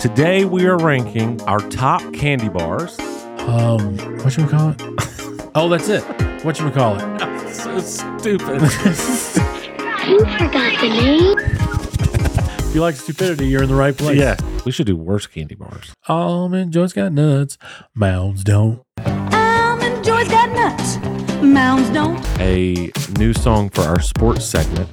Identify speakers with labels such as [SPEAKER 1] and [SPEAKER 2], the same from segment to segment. [SPEAKER 1] Today we are ranking our top candy bars.
[SPEAKER 2] Um, what you call it? oh, that's it. What you call it?
[SPEAKER 1] So stupid.
[SPEAKER 3] You forgot the name.
[SPEAKER 2] If you like stupidity, you're in the right place.
[SPEAKER 1] yeah. We should do worse candy bars.
[SPEAKER 2] Almond Joy's got nuts. Mounds don't.
[SPEAKER 4] Almond Joy's got nuts. Mounds don't.
[SPEAKER 1] A new song for our sports segment.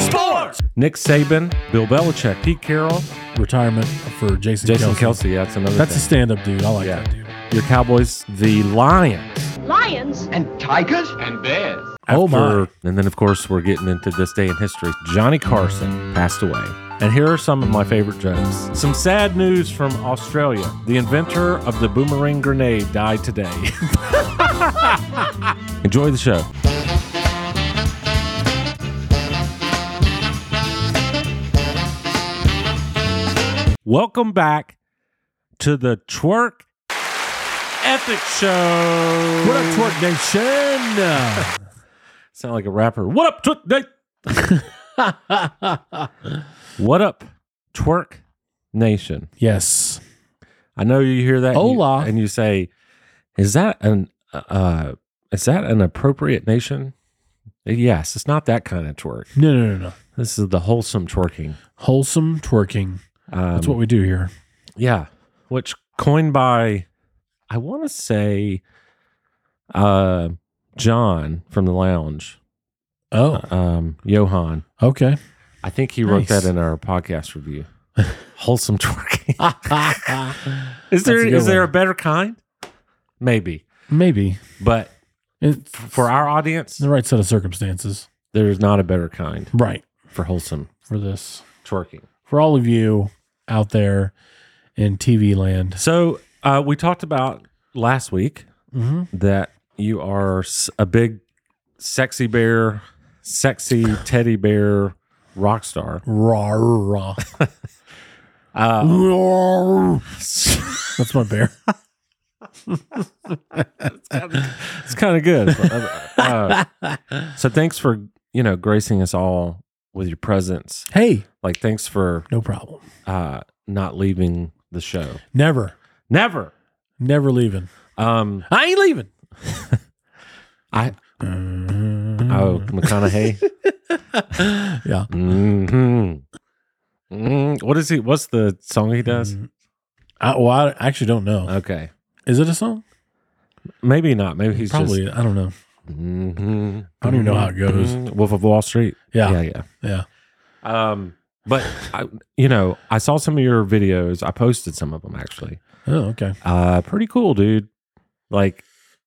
[SPEAKER 1] Sports! Nick Saban, Bill Belichick, Pete Carroll,
[SPEAKER 2] Retirement for Jason,
[SPEAKER 1] Jason Kelsey.
[SPEAKER 2] Kelsey.
[SPEAKER 1] That's another
[SPEAKER 2] That's a
[SPEAKER 1] thing.
[SPEAKER 2] stand up dude. I like
[SPEAKER 1] Yeah.
[SPEAKER 2] that dude.
[SPEAKER 1] Your Cowboys, the Lions.
[SPEAKER 3] Lions.
[SPEAKER 5] and tigers and bears.
[SPEAKER 2] Oh,
[SPEAKER 1] After- And then, of course, we're getting into this day in history. Johnny Carson passed away. And here are some of my favorite jokes. Some sad news from Australia. The inventor of the boomerang grenade died today. Enjoy the show. Welcome back to the Twerk Epic Show.
[SPEAKER 2] What up, Twerk Nation?
[SPEAKER 1] Sound like a rapper. What up, twerk? na- what up, twerk nation?
[SPEAKER 2] yes.
[SPEAKER 1] I know you hear that. and you-
[SPEAKER 2] Hola.
[SPEAKER 1] and you say, "Is that an uh, is that an appropriate nation?" Yes, it's not that kind of twerk.
[SPEAKER 2] No, no, no, no.
[SPEAKER 1] This is the wholesome twerking.
[SPEAKER 2] Wholesome twerking.
[SPEAKER 1] Um,
[SPEAKER 2] That's what we do here.
[SPEAKER 1] Yeah, which coined by, I want to say, uh, John from the Lounge,
[SPEAKER 2] Oh,
[SPEAKER 1] um, Johan.
[SPEAKER 2] okay.
[SPEAKER 1] I think he wrote that
[SPEAKER 2] Nice.
[SPEAKER 1] in our podcast review. Wholesome twerking.
[SPEAKER 2] That's
[SPEAKER 1] is there
[SPEAKER 2] a
[SPEAKER 1] is
[SPEAKER 2] good
[SPEAKER 1] there a
[SPEAKER 2] one.
[SPEAKER 1] better kind? Maybe,
[SPEAKER 2] Maybe.
[SPEAKER 1] but
[SPEAKER 2] It's
[SPEAKER 1] for our audience,
[SPEAKER 2] the right set of circumstances.
[SPEAKER 1] there is not a better kind
[SPEAKER 2] Right.
[SPEAKER 1] for wholesome
[SPEAKER 2] For this.
[SPEAKER 1] twerking.
[SPEAKER 2] For all of you out there in TV land.
[SPEAKER 1] So uh, we talked about last week
[SPEAKER 2] Mm-hmm.
[SPEAKER 1] that you are s- a big sexy bear, sexy teddy bear rock star.
[SPEAKER 2] Raw, raw.
[SPEAKER 1] Uh, it's
[SPEAKER 2] That's my bear.
[SPEAKER 1] kind of good. Uh, so thanks for you know gracing us all with your presence.
[SPEAKER 2] hey,
[SPEAKER 1] Like, thanks for
[SPEAKER 2] no problem.
[SPEAKER 1] uh, not leaving the show.
[SPEAKER 2] Never,
[SPEAKER 1] Never.
[SPEAKER 2] never leaving.
[SPEAKER 1] Um.
[SPEAKER 2] I ain't leaving.
[SPEAKER 1] I.
[SPEAKER 2] Oh,
[SPEAKER 1] Oh, McConaughey.
[SPEAKER 2] yeah.
[SPEAKER 1] mm-hmm. mm, what is he? What's the song he does?
[SPEAKER 2] Mm.
[SPEAKER 1] Uh,
[SPEAKER 2] I, well, I actually don't know.
[SPEAKER 1] Okay.
[SPEAKER 2] Is it a song?
[SPEAKER 1] Maybe not. Maybe he's
[SPEAKER 2] Probably. I don't know.
[SPEAKER 1] Just, Mhm,
[SPEAKER 2] I don't even know how it goes.
[SPEAKER 1] mhm. Wolf of Wall Street.
[SPEAKER 2] Yeah.
[SPEAKER 1] Yeah.
[SPEAKER 2] Yeah.
[SPEAKER 1] Yeah. Um. But I, you know, I saw some of your videos. I posted some of them actually.
[SPEAKER 2] Oh, okay.
[SPEAKER 1] Uh, pretty cool, dude. Like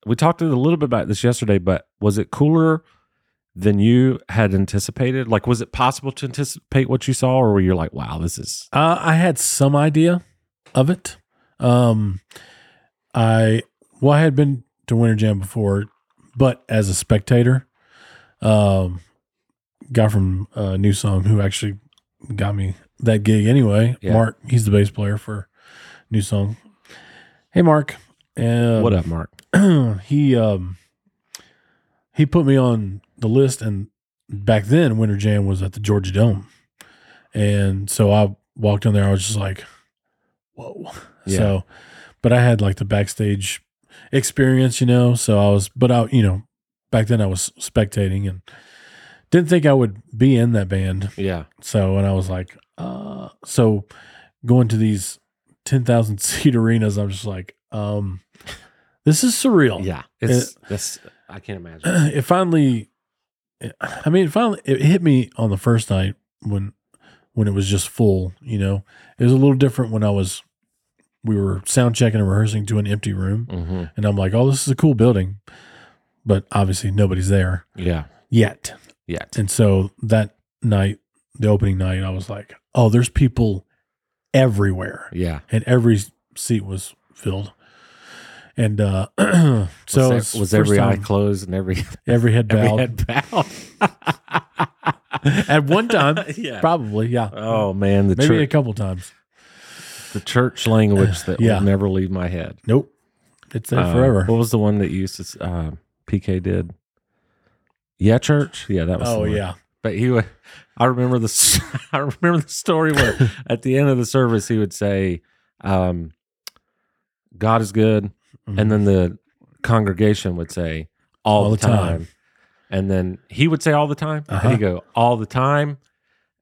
[SPEAKER 1] we talked a little bit about this yesterday, but was it cooler than you had anticipated? Like, was it possible to anticipate what you saw, or were you like, "Wow, this is
[SPEAKER 2] Uh, I had some idea of it. Um, I well, I had been to Winter Jam before, but as a spectator. Um, guy from uh, New Song who actually got me that gig anyway.
[SPEAKER 1] Yeah.
[SPEAKER 2] Mark, he's the bass player for New Song. Hey, Mark. Um,
[SPEAKER 1] what up, Mark?"
[SPEAKER 2] he um he put me on the list and back then winter jam was at the georgia dome and so i walked in there i was just like whoa
[SPEAKER 1] Yeah.
[SPEAKER 2] so but i had like the backstage experience you know so i was but i you know back then i was spectating and didn't think i would be in that band
[SPEAKER 1] Yeah,
[SPEAKER 2] so and I was like, uh so going to these ten thousand seat arenas, I'm just like, um this is surreal.
[SPEAKER 1] yeah. It's that's I can't imagine.
[SPEAKER 2] It finally I mean it finally it hit me on the first night when when it was just full, you know. It was a little different when I was we were sound checking and rehearsing to an empty room
[SPEAKER 1] hmm
[SPEAKER 2] and I'm like, Oh, this is a cool building. But obviously nobody's there
[SPEAKER 1] Yeah,
[SPEAKER 2] yet.
[SPEAKER 1] yeah.
[SPEAKER 2] And so that night, the opening night, I was like, oh, there's people everywhere.
[SPEAKER 1] Yeah.
[SPEAKER 2] And every seat was filled. And uh, so
[SPEAKER 1] So
[SPEAKER 2] it
[SPEAKER 1] was,
[SPEAKER 2] was first
[SPEAKER 1] every eye
[SPEAKER 2] time-
[SPEAKER 1] closed and every
[SPEAKER 2] every head
[SPEAKER 1] every
[SPEAKER 2] bowed.
[SPEAKER 1] head bowed?
[SPEAKER 2] At one time,
[SPEAKER 1] yeah.
[SPEAKER 2] probably, yeah.
[SPEAKER 1] Oh man, the
[SPEAKER 2] Maybe a
[SPEAKER 1] church,
[SPEAKER 2] couple times.
[SPEAKER 1] the church language that
[SPEAKER 2] Yeah.
[SPEAKER 1] will never leave my head.
[SPEAKER 2] Nope. It's there
[SPEAKER 1] Uh,
[SPEAKER 2] forever.
[SPEAKER 1] What was the one that you used to s- uh, PK did? Yeah, church. Yeah, that was. the
[SPEAKER 2] Oh,
[SPEAKER 1] one.
[SPEAKER 2] yeah.
[SPEAKER 1] But he would. I remember the. s- I remember the story where at the end of the service he would say, um, "God is good," and
[SPEAKER 2] Mm-hmm.
[SPEAKER 1] then the congregation would say, "All, the time. and then he would say, "All the time,"
[SPEAKER 2] Uh-huh.
[SPEAKER 1] and he would go, "All the time,"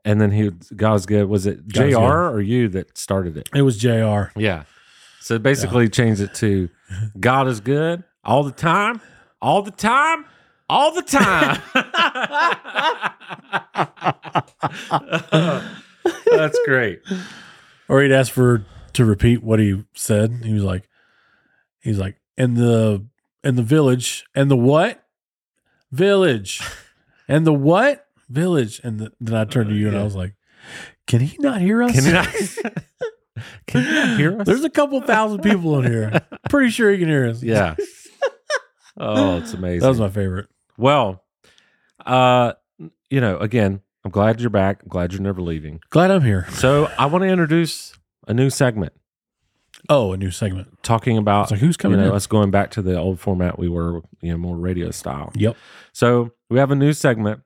[SPEAKER 1] and then he would, "God is good." Was it
[SPEAKER 2] God is
[SPEAKER 1] Jr.
[SPEAKER 2] good.
[SPEAKER 1] or you that started it?
[SPEAKER 2] It was Jr.
[SPEAKER 1] Yeah. So basically, change it to God is good all the time, all the time, all the time. That's great.
[SPEAKER 2] Or he'd ask for to repeat what he said. He was like, he's like, in the in the village and the what village and the what village and the, then I turned to you and I was like, can he not hear us?
[SPEAKER 1] Uh, Can you not, can you not hear us?
[SPEAKER 2] There's a couple thousand people in here. Pretty sure he can hear us.
[SPEAKER 1] yeah. Oh, it's amazing.
[SPEAKER 2] that was my favorite.
[SPEAKER 1] well, uh, you know, again, I'm glad you're back. I'm glad you're never leaving.
[SPEAKER 2] Glad I'm here.
[SPEAKER 1] So I want to introduce a new segment
[SPEAKER 2] Oh, a new segment.
[SPEAKER 1] talking about
[SPEAKER 2] It's like who's coming
[SPEAKER 1] you know,
[SPEAKER 2] in?
[SPEAKER 1] us going back to the old format we were, you know, more radio style.
[SPEAKER 2] Yep.
[SPEAKER 1] So we have a new segment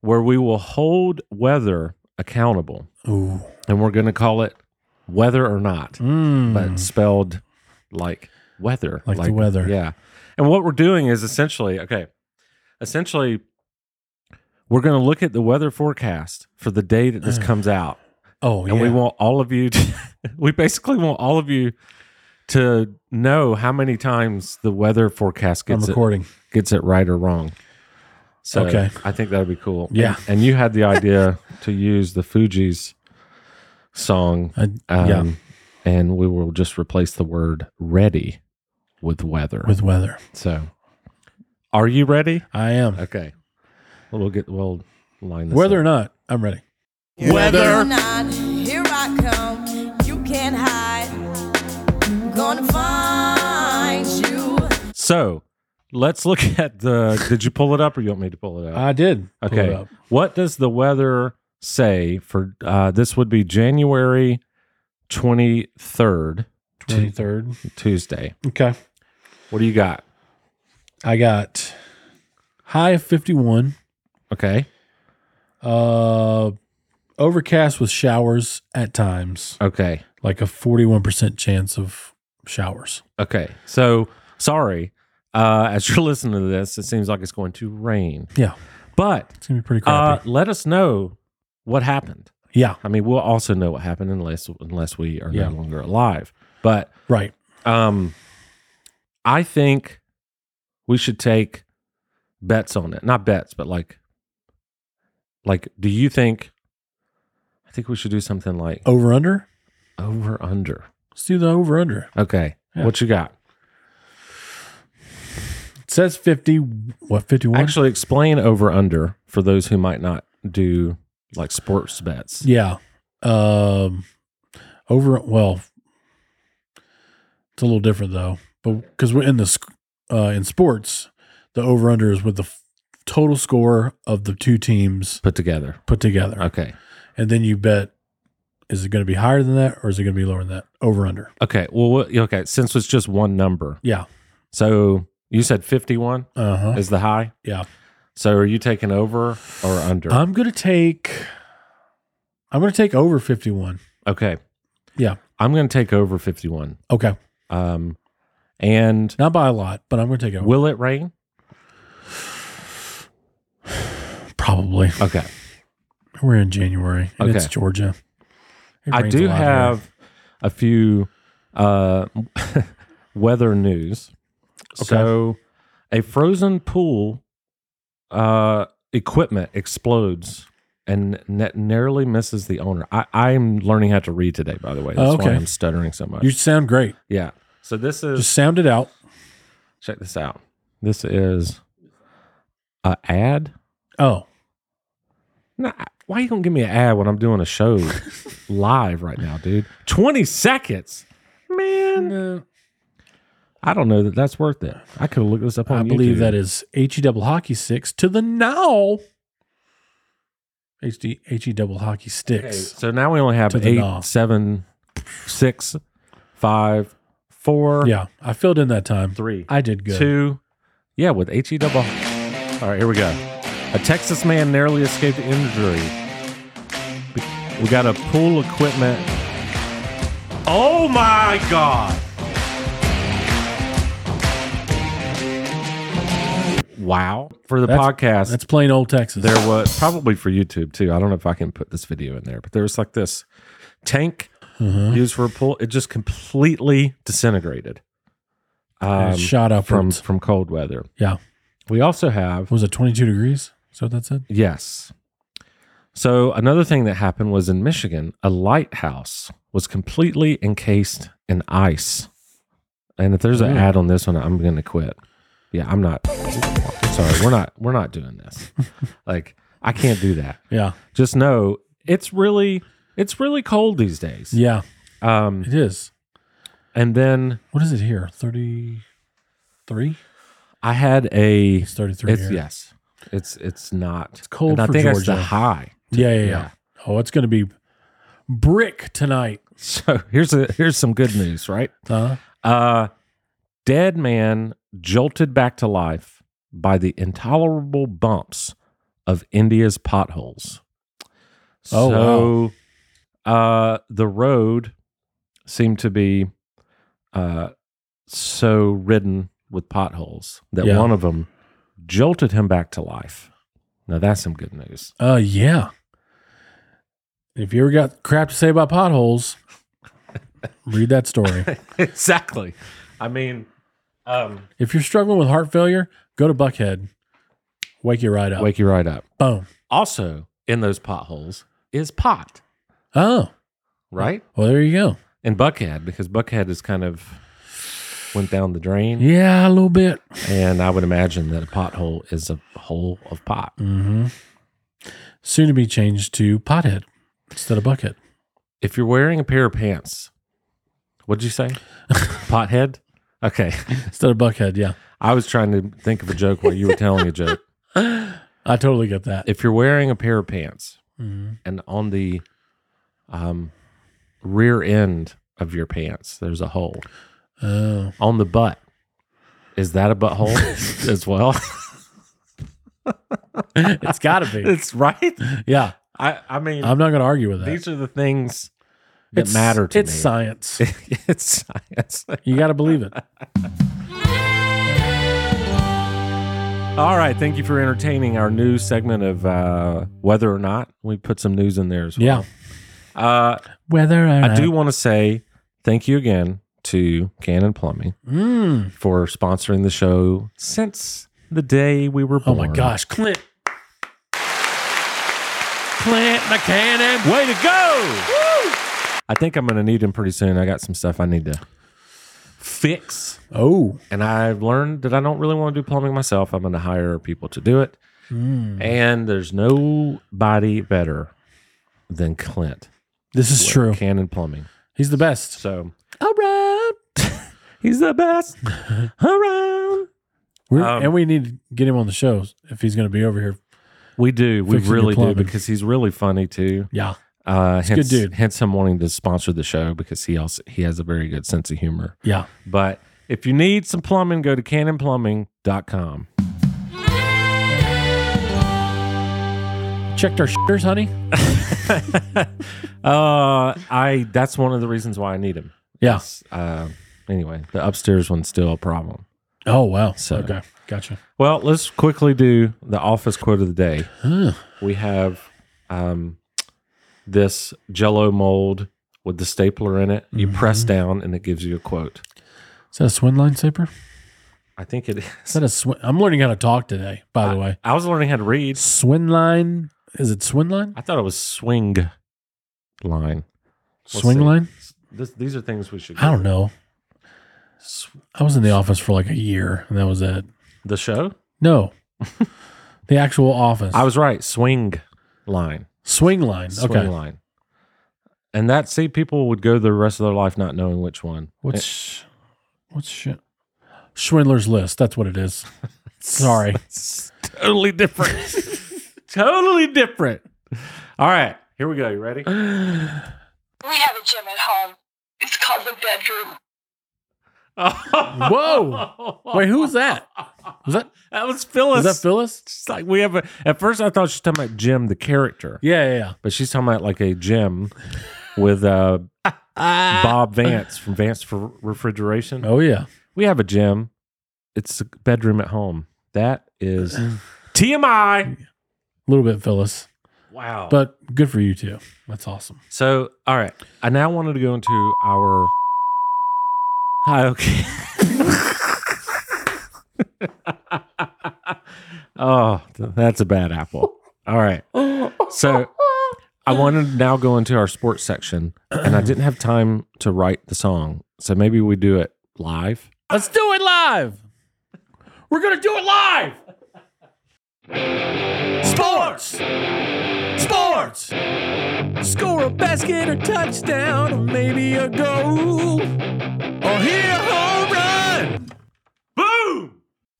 [SPEAKER 1] where we will hold weather accountable,
[SPEAKER 2] Ooh.
[SPEAKER 1] and we're going to call it weather or not,
[SPEAKER 2] Mm.
[SPEAKER 1] but spelled like weather,
[SPEAKER 2] Like the weather.
[SPEAKER 1] Yeah. And what we're doing is essentially okay. Essentially, we're going to look at the weather forecast for the day that this comes out,
[SPEAKER 2] oh, yeah.
[SPEAKER 1] and we want all of you. To, we basically want all of you to know how many times the weather forecast
[SPEAKER 2] I'm
[SPEAKER 1] gets it
[SPEAKER 2] recording.
[SPEAKER 1] gets it right or wrong. So
[SPEAKER 2] Okay.
[SPEAKER 1] I think that'd be cool.
[SPEAKER 2] Yeah.
[SPEAKER 1] And, and you had the idea to use the Fuji's song.
[SPEAKER 2] I,
[SPEAKER 1] Um,
[SPEAKER 2] yeah.
[SPEAKER 1] And we will just replace the word ready with weather.
[SPEAKER 2] With weather.
[SPEAKER 1] so are you ready?
[SPEAKER 2] I am.
[SPEAKER 1] Okay. Well, we'll get, we'll line this
[SPEAKER 2] Whether
[SPEAKER 1] up.
[SPEAKER 2] or not, I'm ready.
[SPEAKER 6] Whether or not, here I come. You can't hide. I'm gonna find you.
[SPEAKER 1] So let's look at the, did you pull it up or you want me to pull it up?
[SPEAKER 2] I did. pull it
[SPEAKER 1] Okay.
[SPEAKER 2] up.
[SPEAKER 1] What does the weather say for uh, this? Would be January 23rd,
[SPEAKER 2] 23rd.
[SPEAKER 1] Tuesday.
[SPEAKER 2] Okay.
[SPEAKER 1] What do you got?
[SPEAKER 2] I got high of 51,
[SPEAKER 1] Okay.
[SPEAKER 2] uh, overcast with showers at times,
[SPEAKER 1] Okay.
[SPEAKER 2] like a 41% chance of showers.
[SPEAKER 1] Okay. So sorry. Uh, as you're listening to this, it seems like it's going to rain.
[SPEAKER 2] Yeah.
[SPEAKER 1] But
[SPEAKER 2] It's going to be pretty
[SPEAKER 1] uh,
[SPEAKER 2] crappy.
[SPEAKER 1] let us know what happened.
[SPEAKER 2] yeah.
[SPEAKER 1] I mean, we'll also know what happened unless unless we are
[SPEAKER 2] Yeah.
[SPEAKER 1] no longer alive. But
[SPEAKER 2] Right.
[SPEAKER 1] Um, I think we should take bets on it. Not bets, but like, like, do you think? I think we should do something like
[SPEAKER 2] Over under.
[SPEAKER 1] over under.
[SPEAKER 2] Let's do the over under.
[SPEAKER 1] Okay,
[SPEAKER 2] Yeah.
[SPEAKER 1] what you got?
[SPEAKER 2] It says 50. What, 51?
[SPEAKER 1] Actually, explain over under for those who might not do like sports bets.
[SPEAKER 2] Yeah. Um over well it's a little different though. But cuz we're in the sc- uh in sports, the over under is with the f- total score of the two teams
[SPEAKER 1] Put together.
[SPEAKER 2] put together.
[SPEAKER 1] Okay.
[SPEAKER 2] And then you bet is it going to be higher than that or is it going to be lower than that? Over under.
[SPEAKER 1] Okay. Well, what- okay. Since it's just one number,
[SPEAKER 2] Yeah.
[SPEAKER 1] so you said fifty-one
[SPEAKER 2] Uh-huh.
[SPEAKER 1] is the high.
[SPEAKER 2] Yeah.
[SPEAKER 1] So are you taking over or under?
[SPEAKER 2] I'm going to take I'm going to take over 51.
[SPEAKER 1] Okay.
[SPEAKER 2] Yeah.
[SPEAKER 1] I'm going to take over 51.
[SPEAKER 2] Okay.
[SPEAKER 1] Um, and
[SPEAKER 2] Not by a lot, but I'm going to take over.
[SPEAKER 1] will it rain?
[SPEAKER 2] Probably.
[SPEAKER 1] Okay.
[SPEAKER 2] We're in January and it's
[SPEAKER 1] Okay.
[SPEAKER 2] Georgia. It
[SPEAKER 1] I
[SPEAKER 2] rains a
[SPEAKER 1] do
[SPEAKER 2] lot here.
[SPEAKER 1] have a few uh, weather news. So, a frozen pool uh, equipment explodes and ne- narrowly misses the owner. I- I'm learning how to read today, by the way. That's
[SPEAKER 2] Oh,
[SPEAKER 1] why
[SPEAKER 2] okay.
[SPEAKER 1] I'm stuttering so much.
[SPEAKER 2] You sound great.
[SPEAKER 1] yeah. So, this is
[SPEAKER 2] Just sound it out.
[SPEAKER 1] check this out. This is a ad.
[SPEAKER 2] Oh,
[SPEAKER 1] No, I- why you gonna give me an ad when I'm doing a show live right now, dude? Twenty seconds, man. I don't know that that's worth it. I could have looked this up on.
[SPEAKER 2] I believe
[SPEAKER 1] YouTube.
[SPEAKER 2] that is H E double hockey six to the now. H D H E double hockey
[SPEAKER 1] Okay,
[SPEAKER 2] sticks.
[SPEAKER 1] so now we only have
[SPEAKER 2] To the gnaw.
[SPEAKER 1] eight, seven, six, five, four,
[SPEAKER 2] Yeah, I filled in that time.
[SPEAKER 1] three,
[SPEAKER 2] I did good.
[SPEAKER 1] two. Yeah, with H E double. All right, here we go. A Texas man narrowly escaped injury. We got a pool equipment. Oh my God. Wow. For the
[SPEAKER 2] That's-
[SPEAKER 1] podcast,
[SPEAKER 2] That's plain old Texas.
[SPEAKER 1] there was probably for YouTube too. I don't know if I can put this video in there, but there was like this tank
[SPEAKER 2] Uh-huh.
[SPEAKER 1] used for a pool. It just completely disintegrated. Um,
[SPEAKER 2] It shot
[SPEAKER 1] from
[SPEAKER 2] upwards.
[SPEAKER 1] from cold weather.
[SPEAKER 2] yeah.
[SPEAKER 1] We also have
[SPEAKER 2] Was it 22 degrees? So that's it.
[SPEAKER 1] Yes. So another thing that happened was in Michigan, a lighthouse was completely encased in ice. And if there's
[SPEAKER 2] Mm.
[SPEAKER 1] an ad on this one, I'm going to quit. Yeah, I'm not. Sorry, we're not. We're not doing this. like I can't do that.
[SPEAKER 2] Yeah.
[SPEAKER 1] Just know it's really, it's really cold these days.
[SPEAKER 2] Yeah.
[SPEAKER 1] Um,
[SPEAKER 2] It is.
[SPEAKER 1] and then
[SPEAKER 2] What is it here? 33?
[SPEAKER 1] I had a.
[SPEAKER 2] It's 33
[SPEAKER 1] It's
[SPEAKER 2] here.
[SPEAKER 1] yes. It's it's not. It's
[SPEAKER 2] cold
[SPEAKER 1] And I
[SPEAKER 2] for
[SPEAKER 1] think it's the
[SPEAKER 2] Georgia.
[SPEAKER 1] high.
[SPEAKER 2] Yeah, yeah, yeah.
[SPEAKER 1] Yeah.
[SPEAKER 2] Oh, it's going to be brick tonight.
[SPEAKER 1] So here's a here's some good news, right?
[SPEAKER 2] Huh?
[SPEAKER 1] Uh, dead man jolted back to life by the intolerable bumps of India's potholes.
[SPEAKER 2] Oh,
[SPEAKER 1] so, uh, the road seemed to be uh, so ridden with potholes that
[SPEAKER 2] Yeah.
[SPEAKER 1] one of them jolted him back to life. Now that's some good news.
[SPEAKER 2] Uh, yeah. If you ever got crap to say about potholes, read that story.
[SPEAKER 1] exactly. I mean, um,
[SPEAKER 2] If you're struggling with heart failure, go to Buckhead. Wake you right up.
[SPEAKER 1] wake you right up.
[SPEAKER 2] Boom.
[SPEAKER 1] Also, in those potholes is pot,
[SPEAKER 2] Oh,
[SPEAKER 1] right?
[SPEAKER 2] well, there you go.
[SPEAKER 1] and Buckhead because Buckhead is kind of went down the drain,
[SPEAKER 2] Yeah, a little bit.
[SPEAKER 1] and I would imagine that a pothole is a hole of pot.
[SPEAKER 2] hmm Soon to be changed to pothead instead of bucket.
[SPEAKER 1] If you're wearing a pair of pants, what'd you say? Pothead. Okay,
[SPEAKER 2] Instead of buckhead, yeah.
[SPEAKER 1] I was trying to think of a joke while you were telling a joke.
[SPEAKER 2] I totally get that.
[SPEAKER 1] If you're wearing a pair of pants
[SPEAKER 2] Mhm.
[SPEAKER 1] and on the um, rear end of your pants there's a hole
[SPEAKER 2] Oh.
[SPEAKER 1] on the butt, is that a butthole as well?
[SPEAKER 2] It's got to be.
[SPEAKER 1] it's right.
[SPEAKER 2] Yeah.
[SPEAKER 1] I I mean
[SPEAKER 2] I'm not going to argue with that.
[SPEAKER 1] These are the things that
[SPEAKER 2] It's-
[SPEAKER 1] matter to
[SPEAKER 2] it's
[SPEAKER 1] me.
[SPEAKER 2] science.
[SPEAKER 1] it's science.
[SPEAKER 2] You got to believe it.
[SPEAKER 1] All right. Thank you for entertaining our new segment of uh, whether or not. We put some news in there as well.
[SPEAKER 2] Yeah.
[SPEAKER 1] Uh,
[SPEAKER 2] Whether or
[SPEAKER 1] I do want to say thank you again to Cannon Plumbing
[SPEAKER 2] Mm.
[SPEAKER 1] for sponsoring the show since the day we were
[SPEAKER 2] Oh
[SPEAKER 1] born.
[SPEAKER 2] my gosh, Clint. Clint the cannon.
[SPEAKER 1] Way to go! I think I'm going to need him pretty soon. I got some stuff I need to fix.
[SPEAKER 2] Oh.
[SPEAKER 1] and I've learned that I don't really want to do plumbing myself. I'm going to hire people to do it.
[SPEAKER 2] Hmm.
[SPEAKER 1] And there's nobody better than Clint.
[SPEAKER 2] This is
[SPEAKER 1] with
[SPEAKER 2] true.
[SPEAKER 1] Cannon Plumbing.
[SPEAKER 2] He's the best.
[SPEAKER 1] So
[SPEAKER 2] All right.
[SPEAKER 1] he's the best around. Um,
[SPEAKER 2] and we need to get him on the show if he's going to be over here.
[SPEAKER 1] We do. We
[SPEAKER 2] Fixing your
[SPEAKER 1] really do
[SPEAKER 2] plumbing.
[SPEAKER 1] because he's really funny too.
[SPEAKER 2] Yeah.
[SPEAKER 1] Uh,
[SPEAKER 2] a
[SPEAKER 1] hence,
[SPEAKER 2] good dude.
[SPEAKER 1] Hence him wanting to sponsor the show because he also he has a very good sense of humor.
[SPEAKER 2] Yeah.
[SPEAKER 1] But if you need some plumbing, go to cannonplumbing.com.
[SPEAKER 2] Checked our shitters, honey.
[SPEAKER 1] Uh, I that's one of the reasons why I need him.
[SPEAKER 2] Yeah.
[SPEAKER 1] Uh, anyway, the upstairs one's still a problem.
[SPEAKER 2] Oh, wow.
[SPEAKER 1] So-
[SPEAKER 2] okay. Gotcha.
[SPEAKER 1] Well, let's quickly do the office quote of the day.
[SPEAKER 2] Huh.
[SPEAKER 1] We have um, this jello mold with the stapler in it. You
[SPEAKER 2] Mm-hmm.
[SPEAKER 1] press down and it gives you a quote.
[SPEAKER 2] Is that a swin line saper?
[SPEAKER 1] I think it is.
[SPEAKER 2] Is that a swin? I'm learning how to talk today, by the way.
[SPEAKER 1] I was learning how to read.
[SPEAKER 2] Swin line. Is it swin line?
[SPEAKER 1] I thought it was swing line. We'll
[SPEAKER 2] Swing
[SPEAKER 1] see.
[SPEAKER 2] line?
[SPEAKER 1] This, these are things we should.
[SPEAKER 2] I don't know. I was in the office for like a year, and that was it.
[SPEAKER 1] The show?
[SPEAKER 2] No, the actual office.
[SPEAKER 1] I was right. Swing line.
[SPEAKER 2] swing line.
[SPEAKER 1] Swing
[SPEAKER 2] okay,
[SPEAKER 1] line. And that, see, people would go the rest of their life not knowing which one.
[SPEAKER 2] what's what's shit? Schwindler's List. That's what it is. Sorry.
[SPEAKER 1] totally different. totally different. All right, here we go. You ready?
[SPEAKER 7] We have a gym at home. It's called the bedroom.
[SPEAKER 2] Whoa. Wait, who's that? Was that
[SPEAKER 1] That was Phyllis.
[SPEAKER 2] was that Phyllis?
[SPEAKER 1] It's like we have a, at first I thought she was talking about Jim the character,
[SPEAKER 2] Yeah, yeah, yeah.
[SPEAKER 1] but she's talking about like a Jim with uh, Bob Vance from Vance for Refrigeration.
[SPEAKER 2] Oh yeah.
[SPEAKER 1] We have a Jim. It's a bedroom at home. That is TMI.
[SPEAKER 2] A little bit Phyllis.
[SPEAKER 1] Wow. But
[SPEAKER 2] But good for you too. That's awesome.
[SPEAKER 1] so all right, I now wanted to go into our. Hi. Okay. oh, th- that's a bad apple. All right. So I wanted to now go into our sports section, and I didn't have time to write the song. So maybe we do it live.
[SPEAKER 2] Let's do it live. We're gonna do it live. Sports. Sports. Score a basket or touchdown, or maybe a goal, or hit a home run.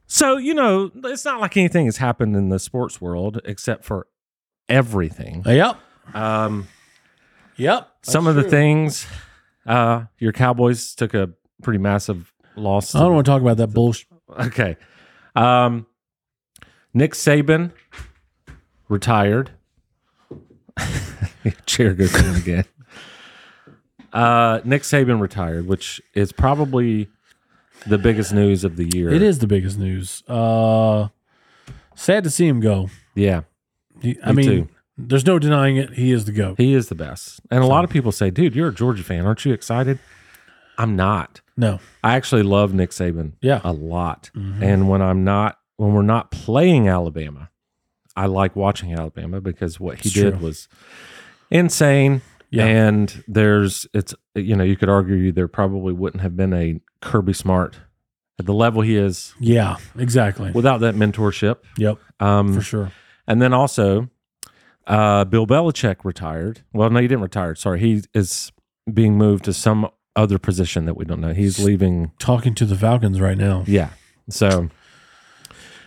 [SPEAKER 1] So, you know, it's not like anything has happened in the sports world except for everything.
[SPEAKER 2] Yep.
[SPEAKER 1] Um,
[SPEAKER 2] Yep.
[SPEAKER 1] some of the things, uh, your Cowboys took a pretty massive loss.
[SPEAKER 2] I don't want to talk about that bullshit.
[SPEAKER 1] Okay. Um, Nick Saban retired. Your Chair goes down again. Uh, Nick Saban retired, which is probably the biggest news of the year.
[SPEAKER 2] It is the biggest news. Uh, sad to see him go.
[SPEAKER 1] Yeah.
[SPEAKER 2] He- I
[SPEAKER 1] Me
[SPEAKER 2] mean,
[SPEAKER 1] too.
[SPEAKER 2] there's no denying it. He is the goat.
[SPEAKER 1] He is the best. And a lot of people say, dude, you're a Georgia fan. Aren't you excited? I'm not.
[SPEAKER 2] No.
[SPEAKER 1] I actually love Nick Saban
[SPEAKER 2] Yeah. Mm-hmm.
[SPEAKER 1] a lot. And when I'm not, when we're not playing Alabama, I like watching Alabama because what he
[SPEAKER 2] It's
[SPEAKER 1] did
[SPEAKER 2] true.
[SPEAKER 1] was insane.
[SPEAKER 2] Yeah.
[SPEAKER 1] And there's, it's, you know, you could argue there probably wouldn't have been a Kirby Smart at the level he is
[SPEAKER 2] Yeah. Exactly.
[SPEAKER 1] without that mentorship.
[SPEAKER 2] Yep.
[SPEAKER 1] Um,
[SPEAKER 2] For sure.
[SPEAKER 1] and then also, uh, Bill Belichick retired. Well, no, he didn't retire. Sorry, he is being moved to some other position that we don't know. He's leaving.
[SPEAKER 2] Talking to the Falcons right now.
[SPEAKER 1] Yeah, so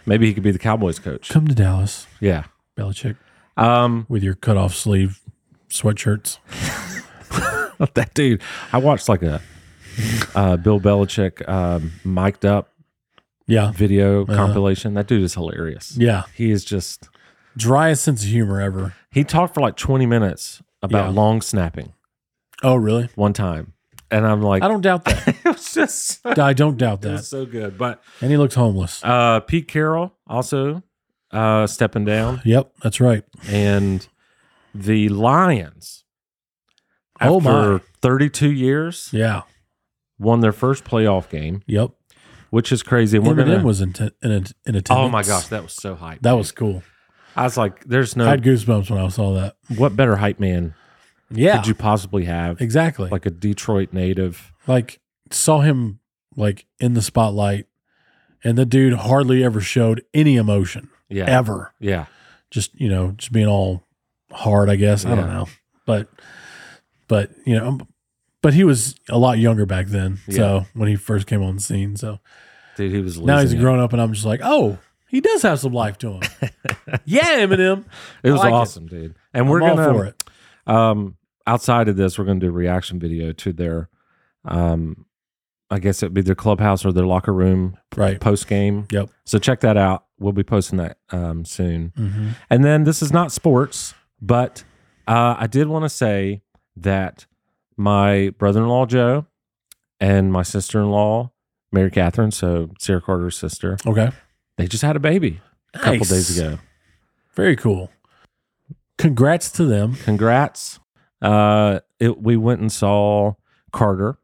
[SPEAKER 1] maybe he could be the Cowboys coach.
[SPEAKER 2] Come to Dallas,
[SPEAKER 1] Yeah.
[SPEAKER 2] Belichick,
[SPEAKER 1] Um,
[SPEAKER 2] with your cut off sleeve sweatshirts.
[SPEAKER 1] that dude. I watched like a uh, Bill Belichick um, mic'd up
[SPEAKER 2] Yeah.
[SPEAKER 1] video compilation. That dude is hilarious.
[SPEAKER 2] Uh-huh. Yeah.
[SPEAKER 1] He is just.
[SPEAKER 2] Driest sense of humor ever.
[SPEAKER 1] He talked for like twenty minutes about
[SPEAKER 2] Yeah.
[SPEAKER 1] long snapping
[SPEAKER 2] Oh, really?
[SPEAKER 1] one time, and I'm like,
[SPEAKER 2] I don't doubt that.
[SPEAKER 1] it was just. so-
[SPEAKER 2] I don't doubt
[SPEAKER 1] It was
[SPEAKER 2] that.
[SPEAKER 1] so good, but
[SPEAKER 2] And he looks homeless.
[SPEAKER 1] Uh, Pete Carroll also uh, stepping down,
[SPEAKER 2] Yep. That's right.
[SPEAKER 1] and the Lions,
[SPEAKER 2] Oh,
[SPEAKER 1] after
[SPEAKER 2] my.
[SPEAKER 1] 32 years,
[SPEAKER 2] Yeah.
[SPEAKER 1] won their first playoff game,
[SPEAKER 2] Yep.
[SPEAKER 1] which is crazy. And we're
[SPEAKER 2] Eminem
[SPEAKER 1] gonna,
[SPEAKER 2] was in, t- in, in attendance.
[SPEAKER 1] oh my gosh, that was so hype.
[SPEAKER 2] That was cool.
[SPEAKER 1] I was like, "There's
[SPEAKER 2] I
[SPEAKER 1] no
[SPEAKER 2] had goosebumps when I saw that.
[SPEAKER 1] what better hype man
[SPEAKER 2] Yeah.
[SPEAKER 1] could you possibly have?
[SPEAKER 2] exactly.
[SPEAKER 1] Like a Detroit native,
[SPEAKER 2] like saw him like in the spotlight and the dude hardly ever showed any emotion
[SPEAKER 1] yeah,
[SPEAKER 2] ever
[SPEAKER 1] yeah,
[SPEAKER 2] just you know just being all hard i guess i don't
[SPEAKER 1] Yeah.
[SPEAKER 2] know but but you know but he was a lot younger back then so when he first came on the scene so
[SPEAKER 1] dude, he was. Losing
[SPEAKER 2] now he's
[SPEAKER 1] it.
[SPEAKER 2] grown up and i'm just like oh he does have some life to him yeah eminem
[SPEAKER 1] It was
[SPEAKER 2] like it.
[SPEAKER 1] awesome, dude. And we're
[SPEAKER 2] I'm all
[SPEAKER 1] gonna
[SPEAKER 2] for it
[SPEAKER 1] Um, outside of this, we're going to do a reaction video to their, um, I guess it'd be their clubhouse or their locker room
[SPEAKER 2] right
[SPEAKER 1] post game.
[SPEAKER 2] Yep.
[SPEAKER 1] So check that out. We'll be posting that um, soon.
[SPEAKER 2] hmm
[SPEAKER 1] And then this is not sports, but uh, I did want to say that my brother in law Joe and my sister in law Mary Catherine, so Sarah Carter's sister,
[SPEAKER 2] okay
[SPEAKER 1] they just had a baby a couple
[SPEAKER 2] Nice.
[SPEAKER 1] days ago.
[SPEAKER 2] very cool congrats to them
[SPEAKER 1] Congrats! Uh, it, we went and saw Carter.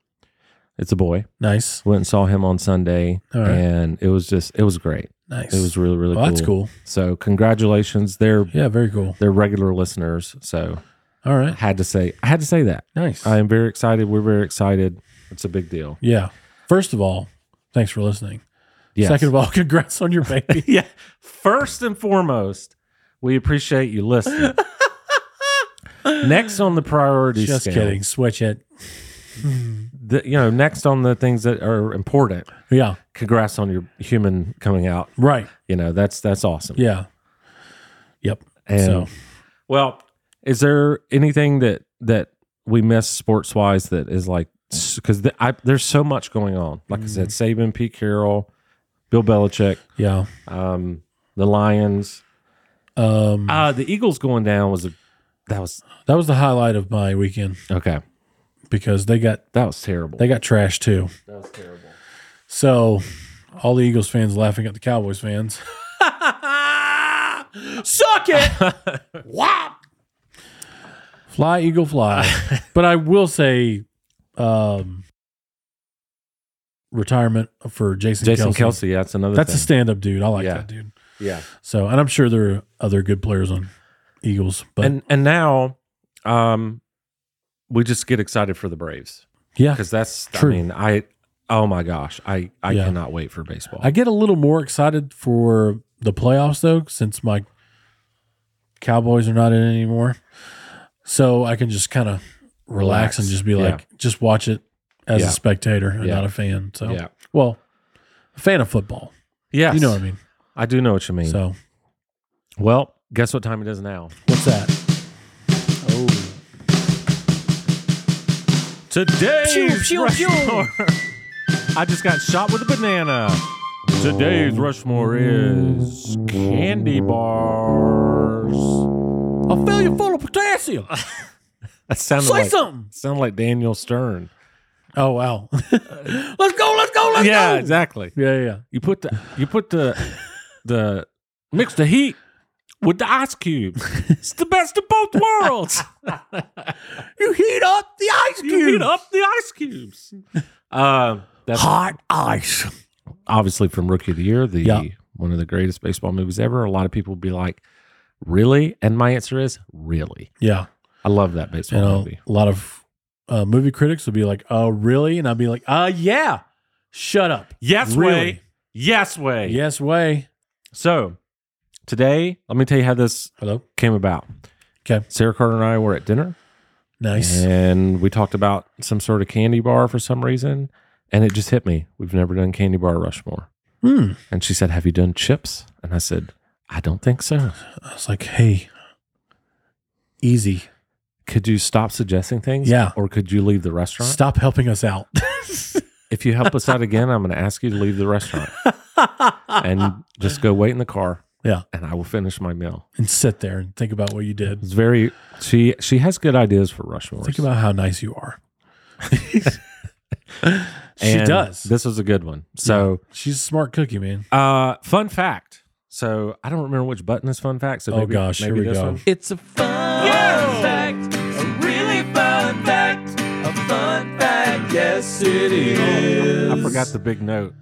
[SPEAKER 1] It's a boy.
[SPEAKER 2] nice
[SPEAKER 1] went and saw him on Sunday,
[SPEAKER 2] All right.
[SPEAKER 1] and it was just it was great.
[SPEAKER 2] nice
[SPEAKER 1] It was really really
[SPEAKER 2] Well,
[SPEAKER 1] cool.
[SPEAKER 2] that's cool
[SPEAKER 1] So congratulations, they're
[SPEAKER 2] yeah very cool
[SPEAKER 1] they're regular listeners. So
[SPEAKER 2] all right
[SPEAKER 1] I had to say I had to say that
[SPEAKER 2] Nice.
[SPEAKER 1] I am very excited. We're very excited. It's a big deal.
[SPEAKER 2] yeah. First of all, thanks for listening.
[SPEAKER 1] Yes.
[SPEAKER 2] Second of all, congrats on your baby.
[SPEAKER 1] yeah. First and foremost, we appreciate you listening. next on the priority
[SPEAKER 2] Just
[SPEAKER 1] scale,
[SPEAKER 2] kidding. Switch it.
[SPEAKER 1] the- you know, next on the things that are important.
[SPEAKER 2] Yeah.
[SPEAKER 1] Congrats on your human coming out.
[SPEAKER 2] Right.
[SPEAKER 1] You know, that's that's awesome.
[SPEAKER 2] Yeah. Yep.
[SPEAKER 1] And
[SPEAKER 2] So-
[SPEAKER 1] well, is there anything that that we miss sports wise that is like because th- I- there's so much going on. Like I said, Saban, Pete Carroll, Bill Belichick,
[SPEAKER 2] Yeah.
[SPEAKER 1] um, the Lions,
[SPEAKER 2] Um,
[SPEAKER 1] uh, the Eagles going down was a that was
[SPEAKER 2] that was the highlight of my weekend
[SPEAKER 1] okay.
[SPEAKER 2] because they got
[SPEAKER 1] That was terrible.
[SPEAKER 2] they got trashed too.
[SPEAKER 1] that was terrible.
[SPEAKER 2] So all the Eagles fans laughing at the Cowboys fans.
[SPEAKER 1] Suck it.
[SPEAKER 2] Fly Eagle fly. but I will say um retirement for Jason,
[SPEAKER 1] Jason Kelsey.
[SPEAKER 2] Kelsey.
[SPEAKER 1] that's another.
[SPEAKER 2] That's a
[SPEAKER 1] thing.
[SPEAKER 2] stand up dude. I like
[SPEAKER 1] Yeah.
[SPEAKER 2] that dude.
[SPEAKER 1] yeah.
[SPEAKER 2] So and I'm sure there are other good players on Eagles. But
[SPEAKER 1] and and now, um, we just get excited for the Braves
[SPEAKER 2] yeah.
[SPEAKER 1] because that's.
[SPEAKER 2] True.
[SPEAKER 1] I mean, I. Oh my gosh, I I
[SPEAKER 2] Yeah.
[SPEAKER 1] cannot wait for baseball.
[SPEAKER 2] I get a little more excited for the playoffs though, since my Cowboys are not in it anymore. So I can just kind of relax,
[SPEAKER 1] Relax.
[SPEAKER 2] and just be
[SPEAKER 1] Yeah.
[SPEAKER 2] like, just watch it as
[SPEAKER 1] Yeah.
[SPEAKER 2] a spectator and
[SPEAKER 1] Yeah.
[SPEAKER 2] not a fan. So
[SPEAKER 1] yeah.
[SPEAKER 2] well, a fan of football.
[SPEAKER 1] Yes.
[SPEAKER 2] You know what I mean.
[SPEAKER 1] I do know what you mean.
[SPEAKER 2] So
[SPEAKER 1] Well, guess what time it is now?
[SPEAKER 2] what's that?
[SPEAKER 1] Today's
[SPEAKER 6] Pew, pew, pew.
[SPEAKER 1] Rushmore. I just got shot with a banana. Today's Rushmore is candy bars.
[SPEAKER 2] I'll fill you full of potassium.
[SPEAKER 1] That sounded
[SPEAKER 2] Say
[SPEAKER 1] like
[SPEAKER 2] something.
[SPEAKER 1] sounded like Daniel Stern.
[SPEAKER 2] Oh wow. let's go. Let's go. Let's
[SPEAKER 1] yeah,
[SPEAKER 2] go.
[SPEAKER 1] exactly.
[SPEAKER 2] Yeah, yeah.
[SPEAKER 1] You put the you put the the mix the heat with the ice cubes. It's the best of both worlds.
[SPEAKER 2] You heat up the ice
[SPEAKER 1] you heat up the ice cubes. Um, that's
[SPEAKER 2] Hot ice.
[SPEAKER 1] obviously from Rookie of the Year, the
[SPEAKER 2] Yeah.
[SPEAKER 1] one of the greatest baseball movies ever. A lot of people would be like, "Really?" And my answer is, "Really."
[SPEAKER 2] Yeah.
[SPEAKER 1] I love that
[SPEAKER 2] You
[SPEAKER 1] baseball
[SPEAKER 2] know,
[SPEAKER 1] movie.
[SPEAKER 2] a lot of uh, movie critics would be like, "Oh, really?" And I'd be like, "Uh, yeah. Shut up.
[SPEAKER 1] Yes
[SPEAKER 2] Really?
[SPEAKER 1] way, yes way.
[SPEAKER 2] Yes way.
[SPEAKER 1] So today, let me tell you how this
[SPEAKER 2] Hello.
[SPEAKER 1] came about.
[SPEAKER 2] Okay.
[SPEAKER 1] Sarah Carter and I were at dinner,
[SPEAKER 2] Nice.
[SPEAKER 1] and we talked about some sort of candy bar for some reason, and it just hit me. We've never done candy bar Rushmore,
[SPEAKER 2] Hmm.
[SPEAKER 1] and she said, "Have you done chips?" And I said, "I don't think so."
[SPEAKER 2] I was like, "Hey, easy.
[SPEAKER 1] Could you stop suggesting things?
[SPEAKER 2] Yeah.
[SPEAKER 1] Or could you leave the restaurant?
[SPEAKER 2] Stop helping us out."
[SPEAKER 1] if you help us out again, I'm going to ask you to leave the restaurant and just go wait in the car.
[SPEAKER 2] Yeah.
[SPEAKER 1] And I will finish my meal.
[SPEAKER 2] and sit there and think about what you did.
[SPEAKER 1] It's very, she she has good ideas for Rushmore.
[SPEAKER 2] Think about how nice you are. she does.
[SPEAKER 1] This was a good one. So,
[SPEAKER 2] She's a smart cookie, man.
[SPEAKER 1] uh, fun fact. So I don't remember which button is fun fact. So
[SPEAKER 2] Oh,
[SPEAKER 1] maybe,
[SPEAKER 2] gosh,
[SPEAKER 1] maybe
[SPEAKER 2] here we
[SPEAKER 1] this
[SPEAKER 2] go.
[SPEAKER 1] one. It's a fun fact, a really fun fact, a fun fact. Yes, it is. Oh, I forgot the big note.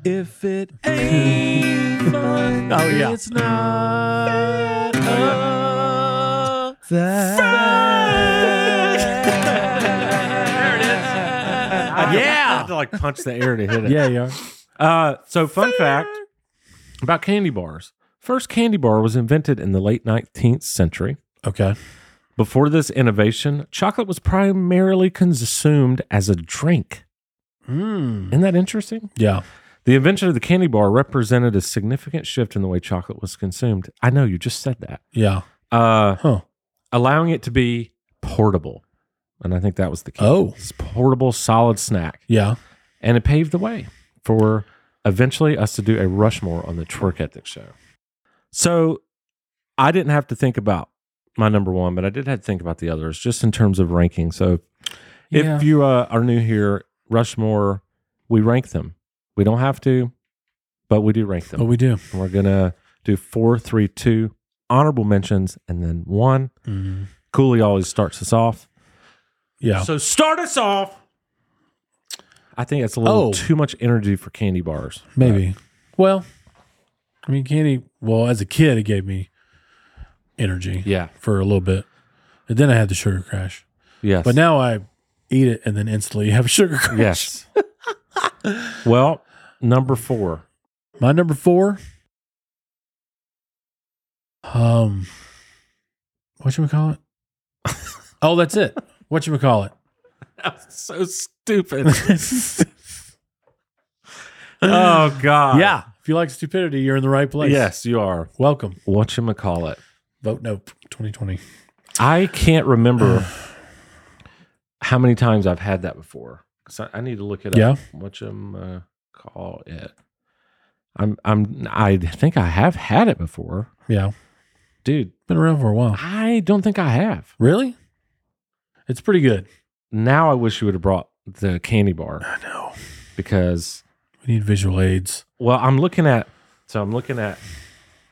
[SPEAKER 2] Oh yeah.
[SPEAKER 1] yeah, I had to like punch the air to hit it.
[SPEAKER 2] Yeah, yeah.
[SPEAKER 1] Uh, so fun fact about candy bars. First candy bar was invented in the late 19th century.
[SPEAKER 2] Okay.
[SPEAKER 1] Before this innovation, chocolate was primarily consumed as a drink.
[SPEAKER 2] Mm.
[SPEAKER 1] Isn't that interesting?
[SPEAKER 2] Yeah.
[SPEAKER 1] The invention of the candy bar represented a significant shift in the way chocolate was consumed. I know you just said that.
[SPEAKER 2] Yeah.
[SPEAKER 1] Uh,
[SPEAKER 2] Huh.
[SPEAKER 1] allowing it to be portable. And I think that was the key.
[SPEAKER 2] Oh.
[SPEAKER 1] It's portable, solid snack.
[SPEAKER 2] Yeah.
[SPEAKER 1] And it paved the way for eventually us to do a Rushmore on the Twerk Ethics Show. So I didn't have to think about my number one, but I did have to think about the others just in terms of ranking. So if
[SPEAKER 2] Yeah.
[SPEAKER 1] you uh, are new here, Rushmore, we rank them. We don't have to, but we do rank them.
[SPEAKER 2] But Oh, we do.
[SPEAKER 1] And we're gonna do four, three, two honorable mentions, and then one.
[SPEAKER 2] Mhm.
[SPEAKER 1] Cooley always starts us off.
[SPEAKER 2] Yeah.
[SPEAKER 1] So start us off. I think that's a little
[SPEAKER 2] Oh.
[SPEAKER 1] too much energy for candy bars.
[SPEAKER 2] Maybe. Well, I mean, candy. Well, as a kid, it gave me energy
[SPEAKER 1] Yeah.
[SPEAKER 2] for a little bit, and then I had the sugar crash.
[SPEAKER 1] Yes.
[SPEAKER 2] But now I eat it and then instantly have a sugar crash.
[SPEAKER 1] yes. well, number four.
[SPEAKER 2] My number four. Um, what you call it? oh, that's it. What you call it?
[SPEAKER 1] So stupid. oh God.
[SPEAKER 2] yeah. If you like stupidity, you're in the right place.
[SPEAKER 1] Yes, you are.
[SPEAKER 2] Welcome.
[SPEAKER 1] What you call it?
[SPEAKER 2] Vote nope. 2020.
[SPEAKER 1] I can't remember how many times I've had that before. 'Cause I, I need to look it
[SPEAKER 2] Yeah.
[SPEAKER 1] up. What uh, call it? I'm I'm I think I have had it before,
[SPEAKER 2] Yeah.
[SPEAKER 1] dude.
[SPEAKER 2] Been around for a while.
[SPEAKER 1] I don't think I have.
[SPEAKER 2] Really? It's pretty good.
[SPEAKER 1] Now I wish you would have brought the candy bar
[SPEAKER 2] I know.
[SPEAKER 1] because
[SPEAKER 2] We need visual aids.
[SPEAKER 1] well I'm looking at so I'm looking at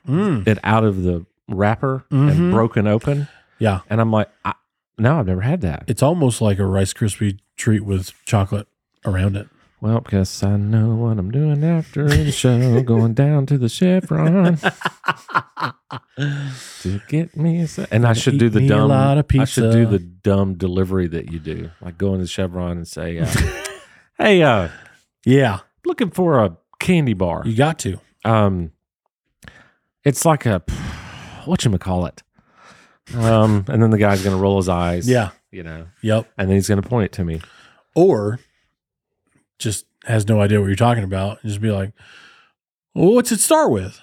[SPEAKER 2] Mm.
[SPEAKER 1] it out of the wrapper
[SPEAKER 2] Mhm.
[SPEAKER 1] and broken open
[SPEAKER 2] Yeah.
[SPEAKER 1] and I'm like I, no I've never had that.
[SPEAKER 2] It's almost like a Rice Krispie treat with chocolate around it.
[SPEAKER 1] Well, because I know what I'm doing after the show, going down to the chevron to get me. A, se- and I should do
[SPEAKER 2] Eat
[SPEAKER 1] the
[SPEAKER 2] me a
[SPEAKER 1] dumb.
[SPEAKER 2] lot of
[SPEAKER 1] I should do
[SPEAKER 2] pizza.
[SPEAKER 1] the dumb delivery that you do, like go into the chevron and say, uh, "Hey, uh,
[SPEAKER 2] Yeah.
[SPEAKER 1] looking for a candy bar."
[SPEAKER 2] You got to.
[SPEAKER 1] Um, it's like a what you call it. Um, and then the guy's gonna roll his eyes.
[SPEAKER 2] Yeah.
[SPEAKER 1] you know,
[SPEAKER 2] Yep.
[SPEAKER 1] and then he's gonna point it to me.
[SPEAKER 2] Or just has no idea what you're talking about. and Just be like, well, what's it start with?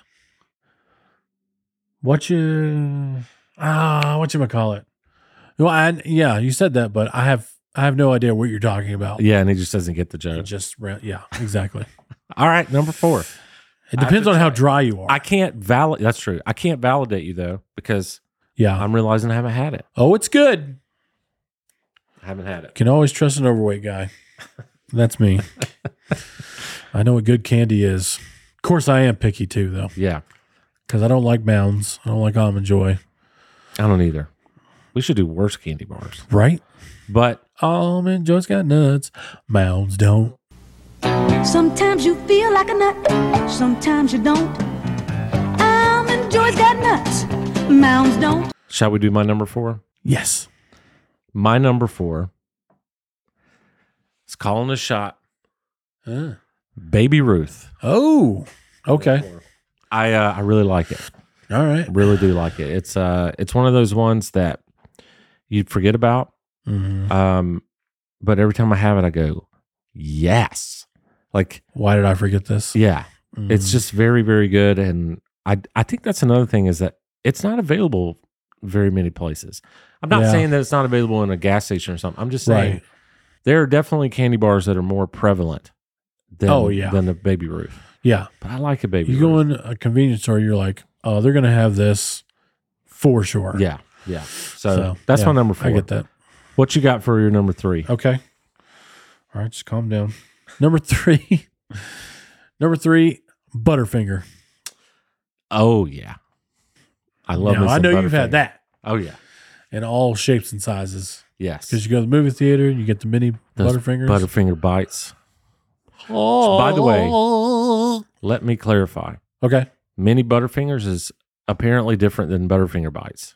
[SPEAKER 2] What you ah, what you call it? Well, I, yeah, you said that, but I have I have no idea what you're talking about.
[SPEAKER 1] Yeah, and he just doesn't get the joke.
[SPEAKER 2] Just ra- yeah, exactly.
[SPEAKER 1] All right, number four.
[SPEAKER 2] It
[SPEAKER 1] I have
[SPEAKER 2] depends
[SPEAKER 1] to
[SPEAKER 2] on how
[SPEAKER 1] try.
[SPEAKER 2] dry you are.
[SPEAKER 1] I can't validate. That's true. I can't validate you though because
[SPEAKER 2] yeah.
[SPEAKER 1] I'm realizing I haven't had it.
[SPEAKER 2] oh, it's good.
[SPEAKER 1] I haven't had it.
[SPEAKER 2] Can always trust an overweight guy. That's me. I know what good candy is. Of course, I am picky too, though,
[SPEAKER 1] Yeah,
[SPEAKER 2] because I don't like mounds. I don't like almond joy.
[SPEAKER 1] I don't either. We should do worse candy bars.
[SPEAKER 2] Right?
[SPEAKER 1] But
[SPEAKER 2] Almond joy's got nuts. Mounds don't.
[SPEAKER 4] Sometimes you feel like a nut, sometimes you don't. Almond Joy's got nuts, mounds don't.
[SPEAKER 1] shall we do my number four?
[SPEAKER 2] Yes.
[SPEAKER 1] My number four is calling a shot. Ah.
[SPEAKER 2] Uh,
[SPEAKER 1] Baby Ruth.
[SPEAKER 2] oh. Okay.
[SPEAKER 1] I uh, I really like it.
[SPEAKER 2] All right.
[SPEAKER 1] I really do like it. It's uh it's one of those ones that you'd forget about.
[SPEAKER 2] Mhm.
[SPEAKER 1] Um, but every time I have it, I go yes. Like
[SPEAKER 2] Why did I forget this?
[SPEAKER 1] yeah, it's
[SPEAKER 2] Mm.
[SPEAKER 1] just very very good and i i think that's another thing is that it's not available very many places i'm not
[SPEAKER 2] Yeah.
[SPEAKER 1] saying that it's not available in a gas station or something i'm just saying
[SPEAKER 2] right.
[SPEAKER 1] there are definitely candy bars that are more prevalent than
[SPEAKER 2] Oh, yeah.
[SPEAKER 1] than the baby roof
[SPEAKER 2] Yeah.
[SPEAKER 1] but i like a baby
[SPEAKER 2] You go
[SPEAKER 1] roof
[SPEAKER 2] in a convenience store, you're like, oh, they're going to have this for sure.
[SPEAKER 1] yeah yeah so,
[SPEAKER 2] So,
[SPEAKER 1] that's
[SPEAKER 2] yeah,
[SPEAKER 1] my number four
[SPEAKER 2] I get that.
[SPEAKER 1] what you got for your number three
[SPEAKER 2] Okay. All right, just calm down. Number three. number three, Butterfinger.
[SPEAKER 1] oh yeah i love
[SPEAKER 2] Now,
[SPEAKER 1] me
[SPEAKER 2] I
[SPEAKER 1] some
[SPEAKER 2] know you've had
[SPEAKER 1] Butterfinger.
[SPEAKER 2] that
[SPEAKER 1] oh yeah
[SPEAKER 2] in all shapes and sizes.
[SPEAKER 1] yes
[SPEAKER 2] Because you go to the movie theater and you get the mini
[SPEAKER 1] Those
[SPEAKER 2] Butterfingers.
[SPEAKER 1] butterfinger bites oh by the way let me clarify
[SPEAKER 2] okay.
[SPEAKER 1] mini butterfingers is apparently different than butterfinger bites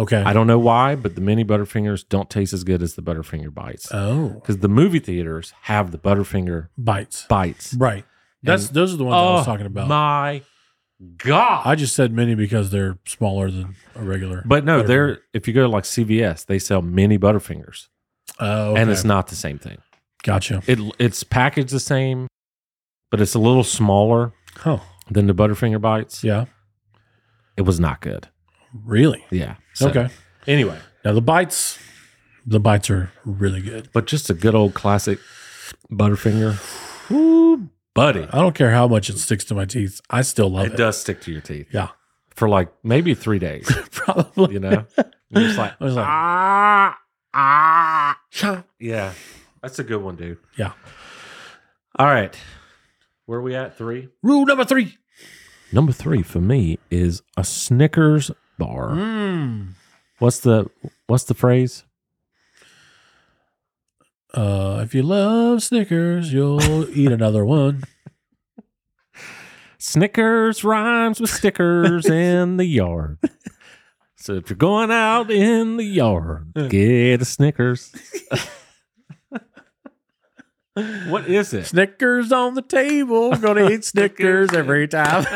[SPEAKER 2] Okay.
[SPEAKER 1] i don't know why but the mini butterfingers don't taste as good as the butterfinger bites
[SPEAKER 2] oh.
[SPEAKER 1] because the movie theaters have the butterfinger
[SPEAKER 2] Bites.
[SPEAKER 1] bites
[SPEAKER 2] Right. That's
[SPEAKER 1] And- Oh,
[SPEAKER 2] those are the ones I was talking about.
[SPEAKER 1] my god
[SPEAKER 2] I just said mini because they're smaller than a regular.
[SPEAKER 1] but no
[SPEAKER 2] Butterfinger.
[SPEAKER 1] they're if you go to like cvs they sell mini butterfingers
[SPEAKER 2] Oh, okay.
[SPEAKER 1] and it's not the same thing
[SPEAKER 2] gotcha.
[SPEAKER 1] it, it's packaged the same but it's a little smaller
[SPEAKER 2] Oh,
[SPEAKER 1] than the butterfinger bites
[SPEAKER 2] yeah.
[SPEAKER 1] it was not good
[SPEAKER 2] Really?
[SPEAKER 1] yeah So,
[SPEAKER 2] okay.
[SPEAKER 1] anyway
[SPEAKER 2] Now the bites, the bites are really good.
[SPEAKER 1] but just a good old classic Butterfinger. Ooh, buddy.
[SPEAKER 2] I don't care how much it sticks to my teeth. I still love it.
[SPEAKER 1] It does stick to your teeth
[SPEAKER 2] Yeah,
[SPEAKER 1] for like maybe three days,
[SPEAKER 2] probably.
[SPEAKER 1] you know? You're just like,
[SPEAKER 2] I was like,
[SPEAKER 1] ah, ah. cha." Yeah, that's a good one, dude.
[SPEAKER 2] Yeah.
[SPEAKER 1] All right. Where are we at? Three?
[SPEAKER 2] Rule number three.
[SPEAKER 1] Number three for me is a Snickers bar. Mm. What's the what's the phrase?
[SPEAKER 2] Uh, if you love Snickers, you'll eat another one.
[SPEAKER 1] Snickers rhymes with stickers in the yard. So if you're going out in the yard, get a Snickers. what is it?
[SPEAKER 2] Snickers on the table. Gonna eat Snickers every time.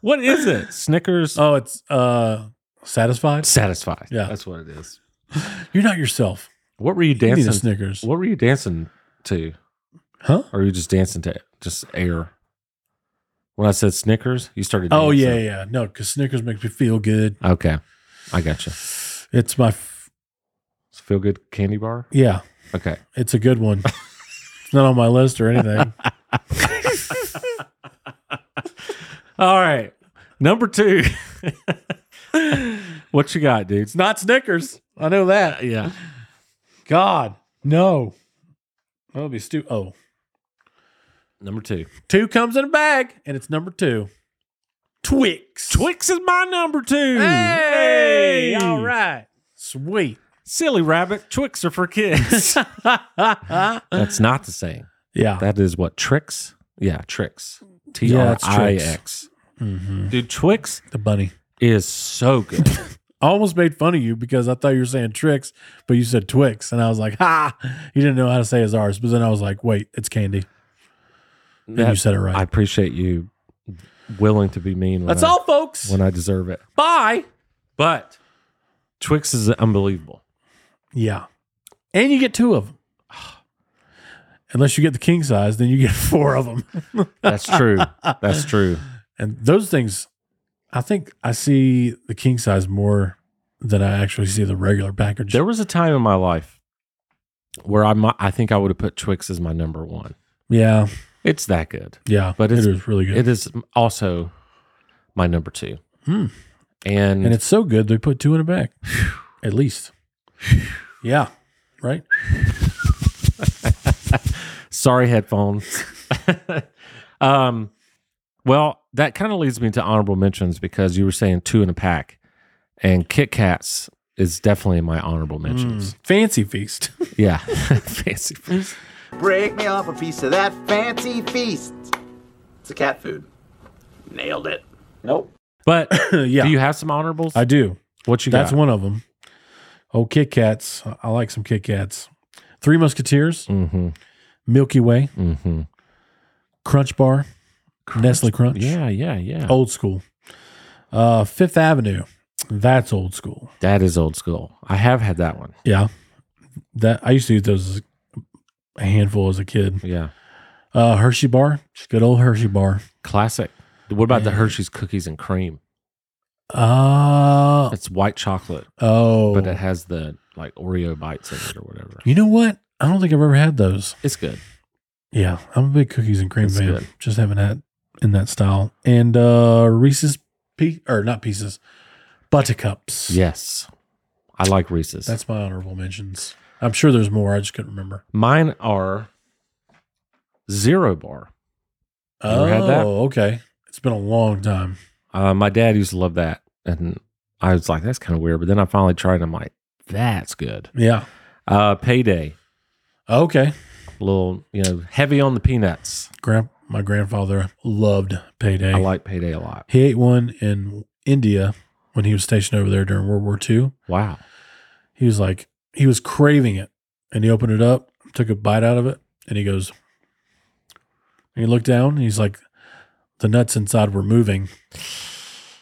[SPEAKER 1] What is it? Snickers
[SPEAKER 2] oh, it's uh satisfied.
[SPEAKER 1] satisfied.
[SPEAKER 2] Yeah.
[SPEAKER 1] that's what it is.
[SPEAKER 2] You're not yourself.
[SPEAKER 1] What were you
[SPEAKER 2] You need a
[SPEAKER 1] dancing?
[SPEAKER 2] Snickers,
[SPEAKER 1] What were you dancing to?
[SPEAKER 2] huh?
[SPEAKER 1] Or were you just dancing to just air? When I said Snickers, you started.
[SPEAKER 2] Oh
[SPEAKER 1] dancing.
[SPEAKER 2] yeah, yeah. No, because Snickers makes me feel good.
[SPEAKER 1] Okay, I got you.
[SPEAKER 2] It's my f-
[SPEAKER 1] It's a feel good candy bar.
[SPEAKER 2] Yeah,
[SPEAKER 1] Okay.
[SPEAKER 2] it's a good one. it's not on my list or anything.
[SPEAKER 1] All right. Number two. what you got, dude? It's
[SPEAKER 2] not Snickers. I know that.
[SPEAKER 1] not- yeah.
[SPEAKER 2] God, no. That would be stupid. Oh,
[SPEAKER 1] Number two.
[SPEAKER 2] two comes in a bag, and it's number two. Twix.
[SPEAKER 1] Twix is my number two. Hey!
[SPEAKER 2] Hey, all right, sweet.
[SPEAKER 1] Silly rabbit. Twix are for kids. That's not the same.
[SPEAKER 2] Yeah,
[SPEAKER 1] That is what tricks. Yeah, tricks. T
[SPEAKER 2] Yeah,
[SPEAKER 1] R
[SPEAKER 2] it's
[SPEAKER 1] I
[SPEAKER 2] Trix.
[SPEAKER 1] X. Dude, Twix
[SPEAKER 2] the bunny.
[SPEAKER 1] is so good.
[SPEAKER 2] I almost made fun of you because I thought you were saying tricks, but you said Twix, and I was like, "Ha!" You didn't know how to say his ours, but then I was like, "Wait, it's candy."
[SPEAKER 1] That-
[SPEAKER 2] you said it right.
[SPEAKER 1] I appreciate you willing to be mean. when I-
[SPEAKER 2] folks.
[SPEAKER 1] when I deserve it.
[SPEAKER 2] Bye.
[SPEAKER 1] But Twix is unbelievable.
[SPEAKER 2] Yeah, and you get two of them. Unless you get the king size, then you get four of them.
[SPEAKER 1] That's true. That's true.
[SPEAKER 2] And those things, I think I see the king size more than I actually see the regular package.
[SPEAKER 1] There was a time in my life where I might, I think I would have put Twix as my number one.
[SPEAKER 2] yeah,
[SPEAKER 1] It's that good.
[SPEAKER 2] yeah,
[SPEAKER 1] But
[SPEAKER 2] it
[SPEAKER 1] it's-
[SPEAKER 2] is really good,
[SPEAKER 1] It is also my number two.
[SPEAKER 2] Hmm.
[SPEAKER 1] And,
[SPEAKER 2] and it's so good they put two in a bag, at least. yeah, right.
[SPEAKER 1] sorry headphones. um, well, that kind of leads me to honorable mentions because you were saying two in a pack, and Kit Kats is definitely in my honorable
[SPEAKER 2] Hmm.
[SPEAKER 1] mentions.
[SPEAKER 2] Mm. Fancy feast.
[SPEAKER 1] Yeah, fancy.
[SPEAKER 7] Break me off a piece of that fancy feast. It's a cat food. Nailed it. Nope.
[SPEAKER 1] But
[SPEAKER 2] yeah,
[SPEAKER 1] do you have some honorables?
[SPEAKER 2] I do.
[SPEAKER 1] what you got?
[SPEAKER 2] That's one of them. Oh, Kit Kats. I- I like some Kit Kats. Three Musketeers,
[SPEAKER 1] Mm-hmm.
[SPEAKER 2] Milky Way,
[SPEAKER 1] Mm-hmm.
[SPEAKER 2] Crunch Bar, Nestle Crunch.
[SPEAKER 1] Yeah, yeah, yeah.
[SPEAKER 2] old school. Uh, Fifth Avenue, that's old school.
[SPEAKER 1] That is old school. I have had that one.
[SPEAKER 2] Yeah, that I used to eat those as a handful as a kid.
[SPEAKER 1] Yeah,
[SPEAKER 2] Uh, Hershey bar, just good old Hershey bar.
[SPEAKER 1] classic. What about the Hershey's cookies and cream?
[SPEAKER 2] Uh,
[SPEAKER 1] It's white chocolate,
[SPEAKER 2] oh,
[SPEAKER 1] but it has the like Oreo bites in it or whatever.
[SPEAKER 2] you know what? I don't think I've ever had those.
[SPEAKER 1] It's good.
[SPEAKER 2] Yeah, I'm a big cookies and cream
[SPEAKER 1] That's
[SPEAKER 2] fan.
[SPEAKER 1] good.
[SPEAKER 2] Just having that in that style and uh, Reese's pe- or not pieces, buttercups.
[SPEAKER 1] Yes, I like Reese's.
[SPEAKER 2] that's my honorable mentions. I'm sure there's more. I just couldn't remember.
[SPEAKER 1] Mine are zero bar. Ever
[SPEAKER 2] oh,
[SPEAKER 1] had that?
[SPEAKER 2] okay. It's been a long time.
[SPEAKER 1] Uh, my dad used to love that, and I was like, "That's kind of weird." But then I finally tried, and I'm like, "That's good."
[SPEAKER 2] Yeah.
[SPEAKER 1] Uh, payday,
[SPEAKER 2] Okay.
[SPEAKER 1] little you know, heavy on the peanuts.
[SPEAKER 2] Grand, my grandfather loved payday.
[SPEAKER 1] I like payday a lot.
[SPEAKER 2] he ate one in India when he was stationed over there during World War II.
[SPEAKER 1] Wow.
[SPEAKER 2] He was like, he was craving it. And he opened it up, took a bite out of it, and he goes, and he looked down, and he's like, the nuts inside were moving,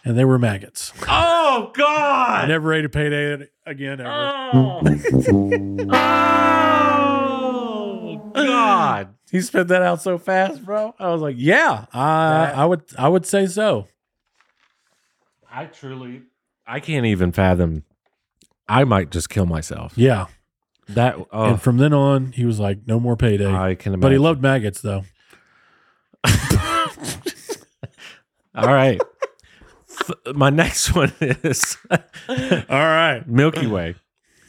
[SPEAKER 2] and they were maggots.
[SPEAKER 1] Oh
[SPEAKER 2] I
[SPEAKER 1] God!
[SPEAKER 2] never ate a payday again
[SPEAKER 1] Uh.
[SPEAKER 2] ever.
[SPEAKER 1] oh God!
[SPEAKER 2] He spit that out so fast, bro. I was like, yeah, I, I would, I would say so.
[SPEAKER 1] I truly, I can't even fathom. I might just kill myself.
[SPEAKER 2] Yeah.
[SPEAKER 1] That oh,
[SPEAKER 2] And from then on, he was like, no more payday.
[SPEAKER 1] I can imagine.
[SPEAKER 2] But he loved maggots though.
[SPEAKER 1] All right. F- My next one is
[SPEAKER 2] All right.
[SPEAKER 1] Milky Way,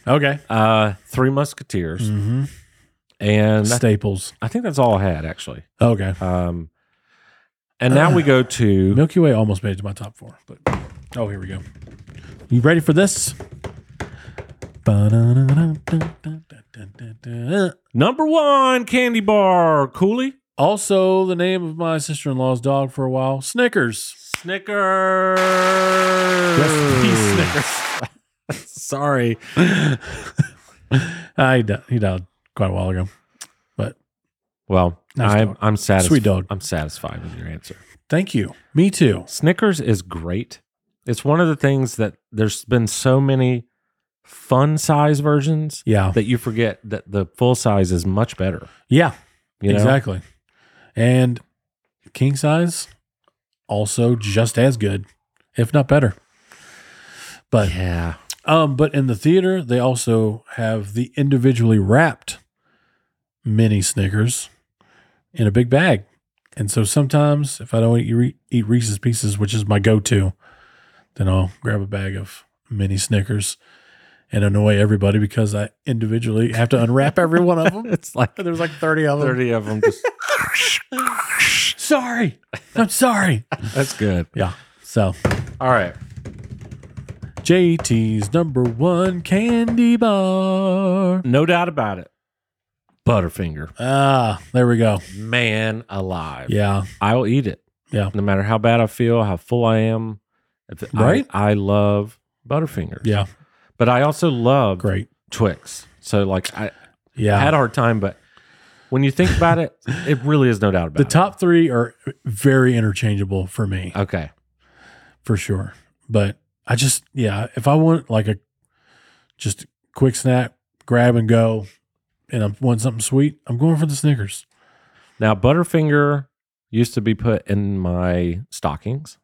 [SPEAKER 2] Okay.
[SPEAKER 1] uh, Three Musketeers,
[SPEAKER 2] Mm-hmm.
[SPEAKER 1] and I,
[SPEAKER 2] Staples.
[SPEAKER 1] I think that's all I had actually.
[SPEAKER 2] Okay.
[SPEAKER 1] Um, and now
[SPEAKER 2] Uh,
[SPEAKER 1] we go to
[SPEAKER 2] Milky Way almost made it to my top four, but oh, here we go. You ready for this?
[SPEAKER 1] number one candy bar, Cooley.
[SPEAKER 2] Also, the name of my sister-in-law's dog for a while, Snickers.
[SPEAKER 1] Snickers. Snickers. Sorry.
[SPEAKER 2] Uh, he, di- he died quite a while ago.
[SPEAKER 1] Well,
[SPEAKER 2] Nice
[SPEAKER 1] I'm
[SPEAKER 2] dog.
[SPEAKER 1] I'm satisfied.
[SPEAKER 2] Sweet dog.
[SPEAKER 1] I'm satisfied with your answer.
[SPEAKER 2] Thank you. Me too.
[SPEAKER 1] Snickers is great. It's one of the things that there's been so many fun size versions
[SPEAKER 2] Yeah.
[SPEAKER 1] that you forget that the full size is much better.
[SPEAKER 2] Yeah.
[SPEAKER 1] You know?
[SPEAKER 2] exactly. And king size, also just as good, if not better. But
[SPEAKER 1] Yeah.
[SPEAKER 2] Um, but in the theater, they also have the individually wrapped mini Snickers in a big bag. And so sometimes, if I don't eat, Re- eat Reese's Pieces, which is my go to, then I'll grab a bag of mini Snickers and annoy everybody because I individually have to unwrap every one of them.
[SPEAKER 1] It's like
[SPEAKER 2] There's like 30 of them.
[SPEAKER 1] thirty of them. Just,
[SPEAKER 2] Sorry. I'm sorry.
[SPEAKER 1] that's good.
[SPEAKER 2] yeah. So
[SPEAKER 1] All right.
[SPEAKER 2] JT's number one candy bar.
[SPEAKER 1] No doubt about it. Butterfinger.
[SPEAKER 2] Ah, there we go.
[SPEAKER 1] Man alive.
[SPEAKER 2] Yeah.
[SPEAKER 1] I'll eat it.
[SPEAKER 2] Yeah.
[SPEAKER 1] No matter how bad I feel, how full I am. If- I-
[SPEAKER 2] Right?
[SPEAKER 1] I, love Butterfinger.
[SPEAKER 2] Yeah.
[SPEAKER 1] But I also love
[SPEAKER 2] Great.
[SPEAKER 1] Twix. So like I
[SPEAKER 2] Yeah.
[SPEAKER 1] had a hard time, but when you think about it, it really is no doubt about
[SPEAKER 2] the
[SPEAKER 1] it.
[SPEAKER 2] top three are very interchangeable for me,
[SPEAKER 1] Okay.
[SPEAKER 2] for sure. But I just, yeah, if I want like a just quick snack, grab and go, and I want something sweet, I'm going for the Snickers.
[SPEAKER 1] Now Butterfinger used to be put in my stockings.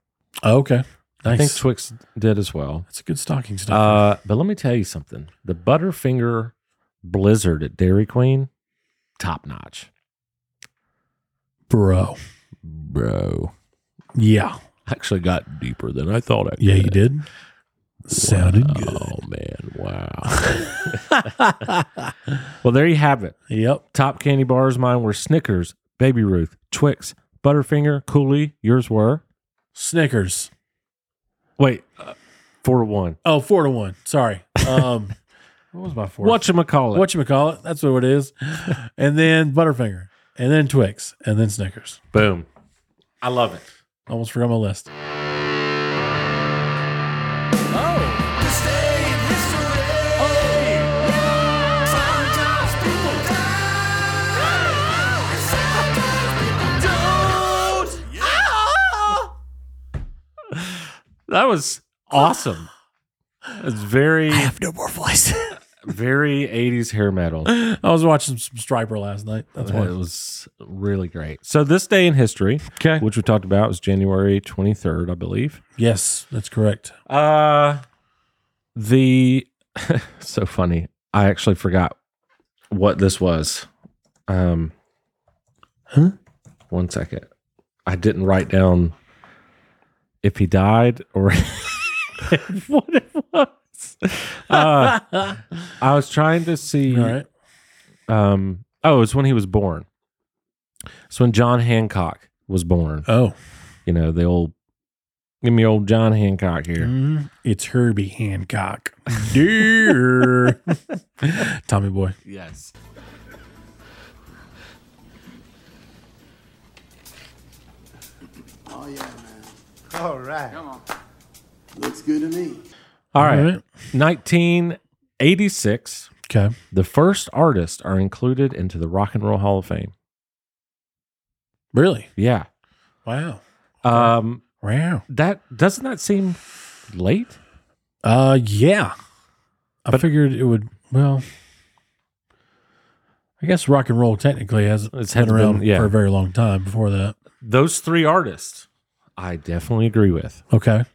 [SPEAKER 2] Oh, okay. Nice.
[SPEAKER 1] I think Twix did as well.
[SPEAKER 2] That's a good stocking stuff.
[SPEAKER 1] Uh, but let me tell you something. The Butterfinger Blizzard at Dairy Queen, top notch.
[SPEAKER 2] Bro.
[SPEAKER 1] Bro.
[SPEAKER 2] Yeah.
[SPEAKER 1] Actually got deeper than I thought I
[SPEAKER 2] Yeah, you did. Sounded
[SPEAKER 1] Oh man, wow. well, there you have it.
[SPEAKER 2] good. Yep.
[SPEAKER 1] Top candy bars mine were Snickers, Baby Ruth, Twix, Butterfinger, Cooley. Yours were
[SPEAKER 2] Snickers.
[SPEAKER 1] wait, uh, four to one.
[SPEAKER 2] Oh, four to one. Sorry. Um, what was my fourth?
[SPEAKER 1] What you call it?
[SPEAKER 2] What you call it? That's what it is. And then Butterfinger, and then Twix, and then Snickers.
[SPEAKER 1] Boom. I love it.
[SPEAKER 2] Almost forgot my list.
[SPEAKER 1] That was awesome. It's very
[SPEAKER 2] no more voice.
[SPEAKER 1] very eighties hair metal.
[SPEAKER 2] I was watching some Striper last night. That's why.
[SPEAKER 1] It was really great. So this day in history,
[SPEAKER 2] Okay.
[SPEAKER 1] which we talked about, was January twenty third, I believe.
[SPEAKER 2] Yes, that's correct.
[SPEAKER 1] Uh the so funny. I actually forgot what this was. Um
[SPEAKER 2] Huh?
[SPEAKER 1] one second. I didn't write down if he died or what it was. Uh, I was trying to see
[SPEAKER 2] All right.
[SPEAKER 1] um oh, it's when he was born. It's when John Hancock was born.
[SPEAKER 2] Oh,
[SPEAKER 1] You know, the old give me old John Hancock here.
[SPEAKER 2] Mm, it's Herbie Hancock. Dear Tommy Boy.
[SPEAKER 1] Yes.
[SPEAKER 8] All right. Come on. Looks good to me.
[SPEAKER 1] All right. 1986,
[SPEAKER 2] Okay.
[SPEAKER 1] the first artists are included into the Rock and Roll Hall of Fame.
[SPEAKER 2] Really?
[SPEAKER 1] Yeah.
[SPEAKER 2] Wow.
[SPEAKER 1] Um,
[SPEAKER 2] Wow.
[SPEAKER 1] that doesn't that seem late?
[SPEAKER 2] Uh, yeah. I figured it would. Well, I guess rock and roll technically has
[SPEAKER 1] It's
[SPEAKER 2] been
[SPEAKER 1] had
[SPEAKER 2] around
[SPEAKER 1] been- yeah.
[SPEAKER 2] for a very long time before that.
[SPEAKER 1] Those three artists, I definitely agree with.
[SPEAKER 2] Okay.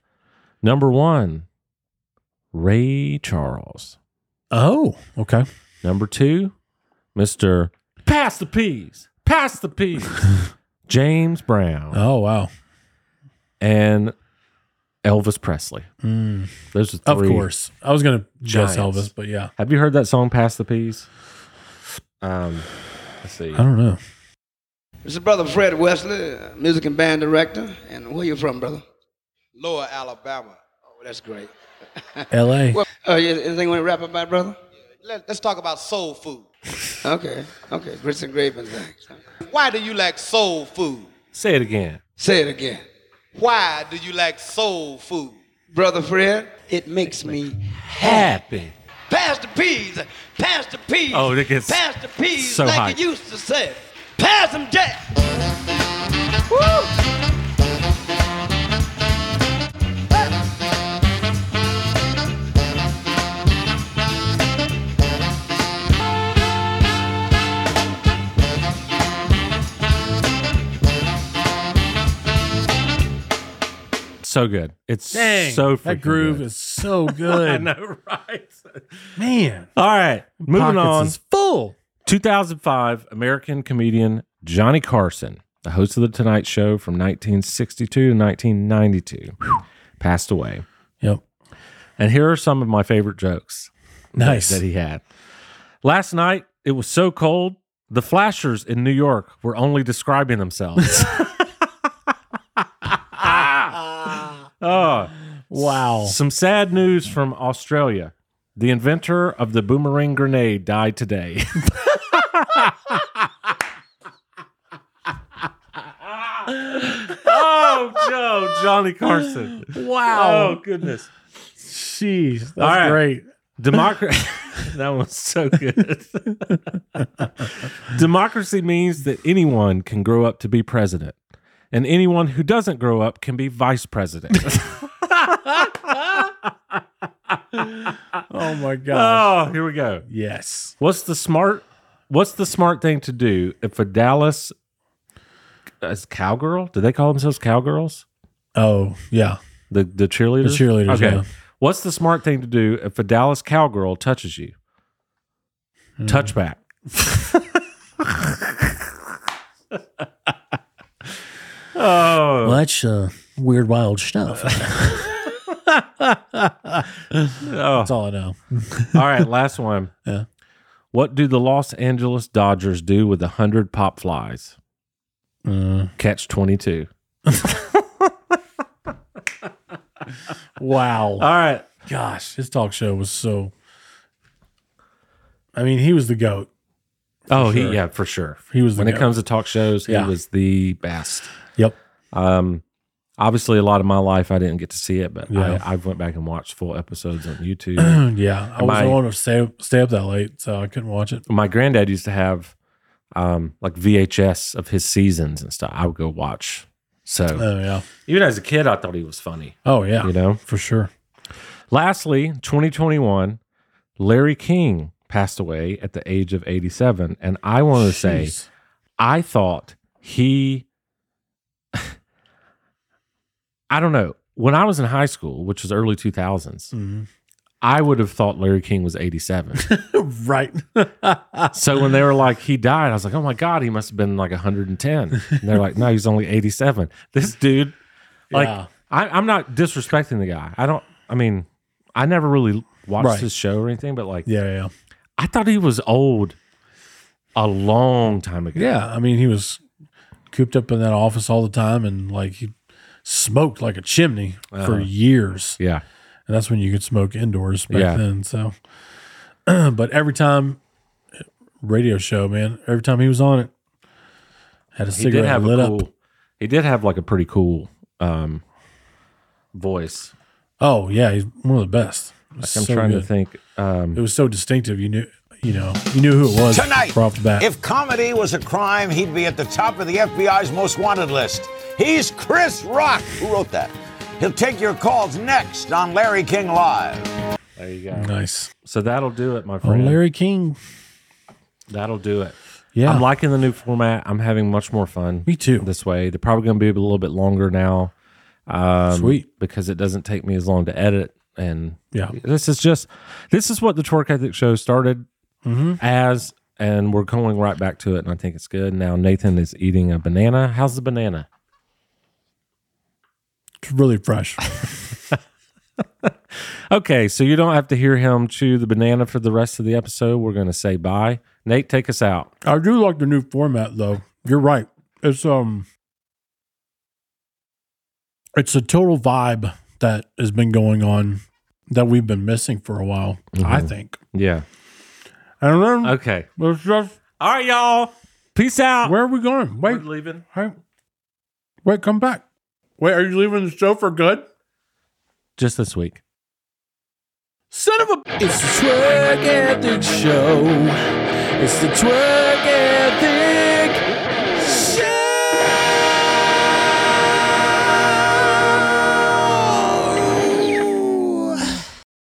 [SPEAKER 1] Number one, Ray Charles.
[SPEAKER 2] Oh, okay.
[SPEAKER 1] Number two, Mr. Pass the Peas, Pass the Peas, James Brown,
[SPEAKER 2] Oh, wow.
[SPEAKER 1] and Elvis Presley.
[SPEAKER 2] Mm,
[SPEAKER 1] Those are
[SPEAKER 2] of
[SPEAKER 1] three
[SPEAKER 2] course. I was gonna
[SPEAKER 1] Giants.
[SPEAKER 2] guess Elvis, but yeah,
[SPEAKER 1] Have you heard that song "Pass the Peas"? Um, let's see.
[SPEAKER 2] I don't know.
[SPEAKER 9] This is Brother Fred Wesley, uh, music and band director. And where you from, brother?
[SPEAKER 8] Lower Alabama.
[SPEAKER 9] Oh, that's great.
[SPEAKER 2] L.A.
[SPEAKER 9] Well, uh, you- anything you want to rap about, brother?
[SPEAKER 8] Let, us talk about soul food.
[SPEAKER 9] Okay, okay. Grits and gravy and things.
[SPEAKER 8] Why do you like soul food?
[SPEAKER 1] Say it again.
[SPEAKER 9] Say it again.
[SPEAKER 8] Why do you like soul food?
[SPEAKER 9] Brother Fred, it makes me
[SPEAKER 1] Happy.
[SPEAKER 9] pass the peas, pass the peas.
[SPEAKER 1] Oh, it gets
[SPEAKER 9] pass the peas
[SPEAKER 1] so
[SPEAKER 9] like
[SPEAKER 1] hyped.
[SPEAKER 9] you used to say. Pass them down. Woo!
[SPEAKER 1] so good. It's
[SPEAKER 2] Dang,
[SPEAKER 1] so freaking
[SPEAKER 2] that groove
[SPEAKER 1] good.
[SPEAKER 2] is so good.
[SPEAKER 1] I know, right?
[SPEAKER 2] Man,
[SPEAKER 1] All right, moving
[SPEAKER 2] pockets
[SPEAKER 1] on.
[SPEAKER 2] is full.
[SPEAKER 1] 2005, American comedian Johnny Carson, the host of The Tonight Show from 1962 to 1992, passed away.
[SPEAKER 2] Yep,
[SPEAKER 1] And here are some of my favorite jokes
[SPEAKER 2] nice.
[SPEAKER 1] that he had. Last night, it was so cold, the flashers in New York were only describing themselves. oh,
[SPEAKER 2] wow.
[SPEAKER 1] some sad news from Australia. The inventor of the boomerang grenade died today. oh, Joe, Johnny Carson.
[SPEAKER 2] Wow.
[SPEAKER 1] Oh, goodness.
[SPEAKER 2] Jeez, that's
[SPEAKER 1] All right.
[SPEAKER 2] great.
[SPEAKER 1] Democracy. that was so good. Democracy means that anyone can grow up to be president, and anyone who doesn't grow up can be vice president.
[SPEAKER 2] Oh my gosh.
[SPEAKER 1] oh, here we go.
[SPEAKER 2] yes.
[SPEAKER 1] What's the smart? What's the smart thing to do if a Dallas as cowgirl? Do they call themselves cowgirls?
[SPEAKER 2] Oh yeah.
[SPEAKER 1] The the cheerleaders.
[SPEAKER 2] The cheerleaders,
[SPEAKER 1] Okay.
[SPEAKER 2] yeah.
[SPEAKER 1] What's the smart thing to do if a Dallas cowgirl touches you?
[SPEAKER 2] Hmm.
[SPEAKER 1] Touchback. oh,
[SPEAKER 2] Well, that's uh, weird, wild stuff.
[SPEAKER 1] Oh.
[SPEAKER 2] That's all I know.
[SPEAKER 1] all right. Last one.
[SPEAKER 2] Yeah.
[SPEAKER 1] What do the Los Angeles Dodgers do with a hundred pop flies?
[SPEAKER 2] Uh,
[SPEAKER 1] Catch twenty two.
[SPEAKER 2] wow.
[SPEAKER 1] All right.
[SPEAKER 2] Gosh, his talk show was so. I mean, he was the goat.
[SPEAKER 1] Oh,
[SPEAKER 2] sure.
[SPEAKER 1] he yeah, for sure.
[SPEAKER 2] He was the
[SPEAKER 1] when it
[SPEAKER 2] goat.
[SPEAKER 1] comes to talk shows,
[SPEAKER 2] Yeah.
[SPEAKER 1] he was the best.
[SPEAKER 2] Yep.
[SPEAKER 1] Um, obviously, a lot of my life I didn't get to see it, but
[SPEAKER 2] Yeah.
[SPEAKER 1] I, I went back and watched full episodes on YouTube.
[SPEAKER 2] yeah, I was
[SPEAKER 1] I-
[SPEAKER 2] the one to stay stay up that late, so I couldn't watch it.
[SPEAKER 1] my granddad used to have um, like VHS of his seasons and stuff. I would go watch. So
[SPEAKER 2] Oh yeah.
[SPEAKER 1] even as a kid, I thought he was funny.
[SPEAKER 2] Oh yeah.
[SPEAKER 1] You know.
[SPEAKER 2] for sure.
[SPEAKER 1] Lastly, 2021, Larry King passed away at the age of 87, and I want to say.
[SPEAKER 2] Jeez.
[SPEAKER 1] I thought he I don't know. When I was in high school, which was early 2000s,
[SPEAKER 2] Mhm.
[SPEAKER 1] I would have thought Larry King was 87.
[SPEAKER 2] right.
[SPEAKER 1] so when they were like he died, I was like, "Oh my god, he must have been like 110." And they're like, "No, he's only 87." This dude like
[SPEAKER 2] Yeah.
[SPEAKER 1] I I'm not disrespecting the guy. I don't I mean, I never really watched
[SPEAKER 2] Right.
[SPEAKER 1] his show or anything, but like
[SPEAKER 2] Yeah, yeah,
[SPEAKER 1] I thought he was old a long time ago.
[SPEAKER 2] yeah. I mean, he was cooped up in that office all the time, and like he smoked like a chimney for years.
[SPEAKER 1] Uh-huh. Yeah.
[SPEAKER 2] And that's when you could smoke indoors back
[SPEAKER 1] Yeah.
[SPEAKER 2] then. So, but every time radio show, man, every time he was on it, had a
[SPEAKER 1] he
[SPEAKER 2] cigarette
[SPEAKER 1] did have
[SPEAKER 2] lit
[SPEAKER 1] a
[SPEAKER 2] up.
[SPEAKER 1] cool. He did have like a pretty cool um, voice.
[SPEAKER 2] Oh yeah, he's one of the best. It was
[SPEAKER 1] Like, I'm
[SPEAKER 2] so
[SPEAKER 1] trying
[SPEAKER 2] good.
[SPEAKER 1] to think. Um,
[SPEAKER 2] It was so distinctive. You knew, you know, you knew who it was
[SPEAKER 10] Tonight,
[SPEAKER 2] right off the bat.
[SPEAKER 10] if comedy was a crime, he'd be at the top of the FBI's most wanted list. He's Chris Rock. Who wrote that? He'll take your calls next on Larry King Live.
[SPEAKER 1] there you go.
[SPEAKER 2] nice.
[SPEAKER 1] So that'll do it, my
[SPEAKER 2] Oh,
[SPEAKER 1] friend.
[SPEAKER 2] Larry King.
[SPEAKER 1] That'll do it.
[SPEAKER 2] Yeah,
[SPEAKER 1] I'm liking the new format. I'm having much more fun.
[SPEAKER 2] me too.
[SPEAKER 1] This way, they're probably going to be a little bit longer now Um,
[SPEAKER 2] Sweet.
[SPEAKER 1] because it doesn't take me as long to edit. And
[SPEAKER 2] Yeah.
[SPEAKER 1] this is just this is what the Twerk Ethic Show started
[SPEAKER 2] Mm-hmm.
[SPEAKER 1] as, and we're going right back to it. And I think it's good. Now Nathan is eating a banana. How's the banana?
[SPEAKER 2] It's really fresh.
[SPEAKER 1] Okay, so you don't have to hear him chew the banana for the rest of the episode. We're going to say bye. Nate, take us out.
[SPEAKER 2] I do like the new format though. You're right. It's um it's a total vibe that has been going on that we've been missing for a while, I think.
[SPEAKER 1] Yeah.
[SPEAKER 2] And then
[SPEAKER 1] Okay.
[SPEAKER 2] it's just
[SPEAKER 1] All right, y'all. Peace out.
[SPEAKER 2] where are we going? Wait,
[SPEAKER 1] leaving.
[SPEAKER 2] hey, wait, come back. Wait, are you leaving the show for good?
[SPEAKER 1] Just this week.
[SPEAKER 2] Son of a It's the Twerk Ethic Show. It's the Twerk Ethic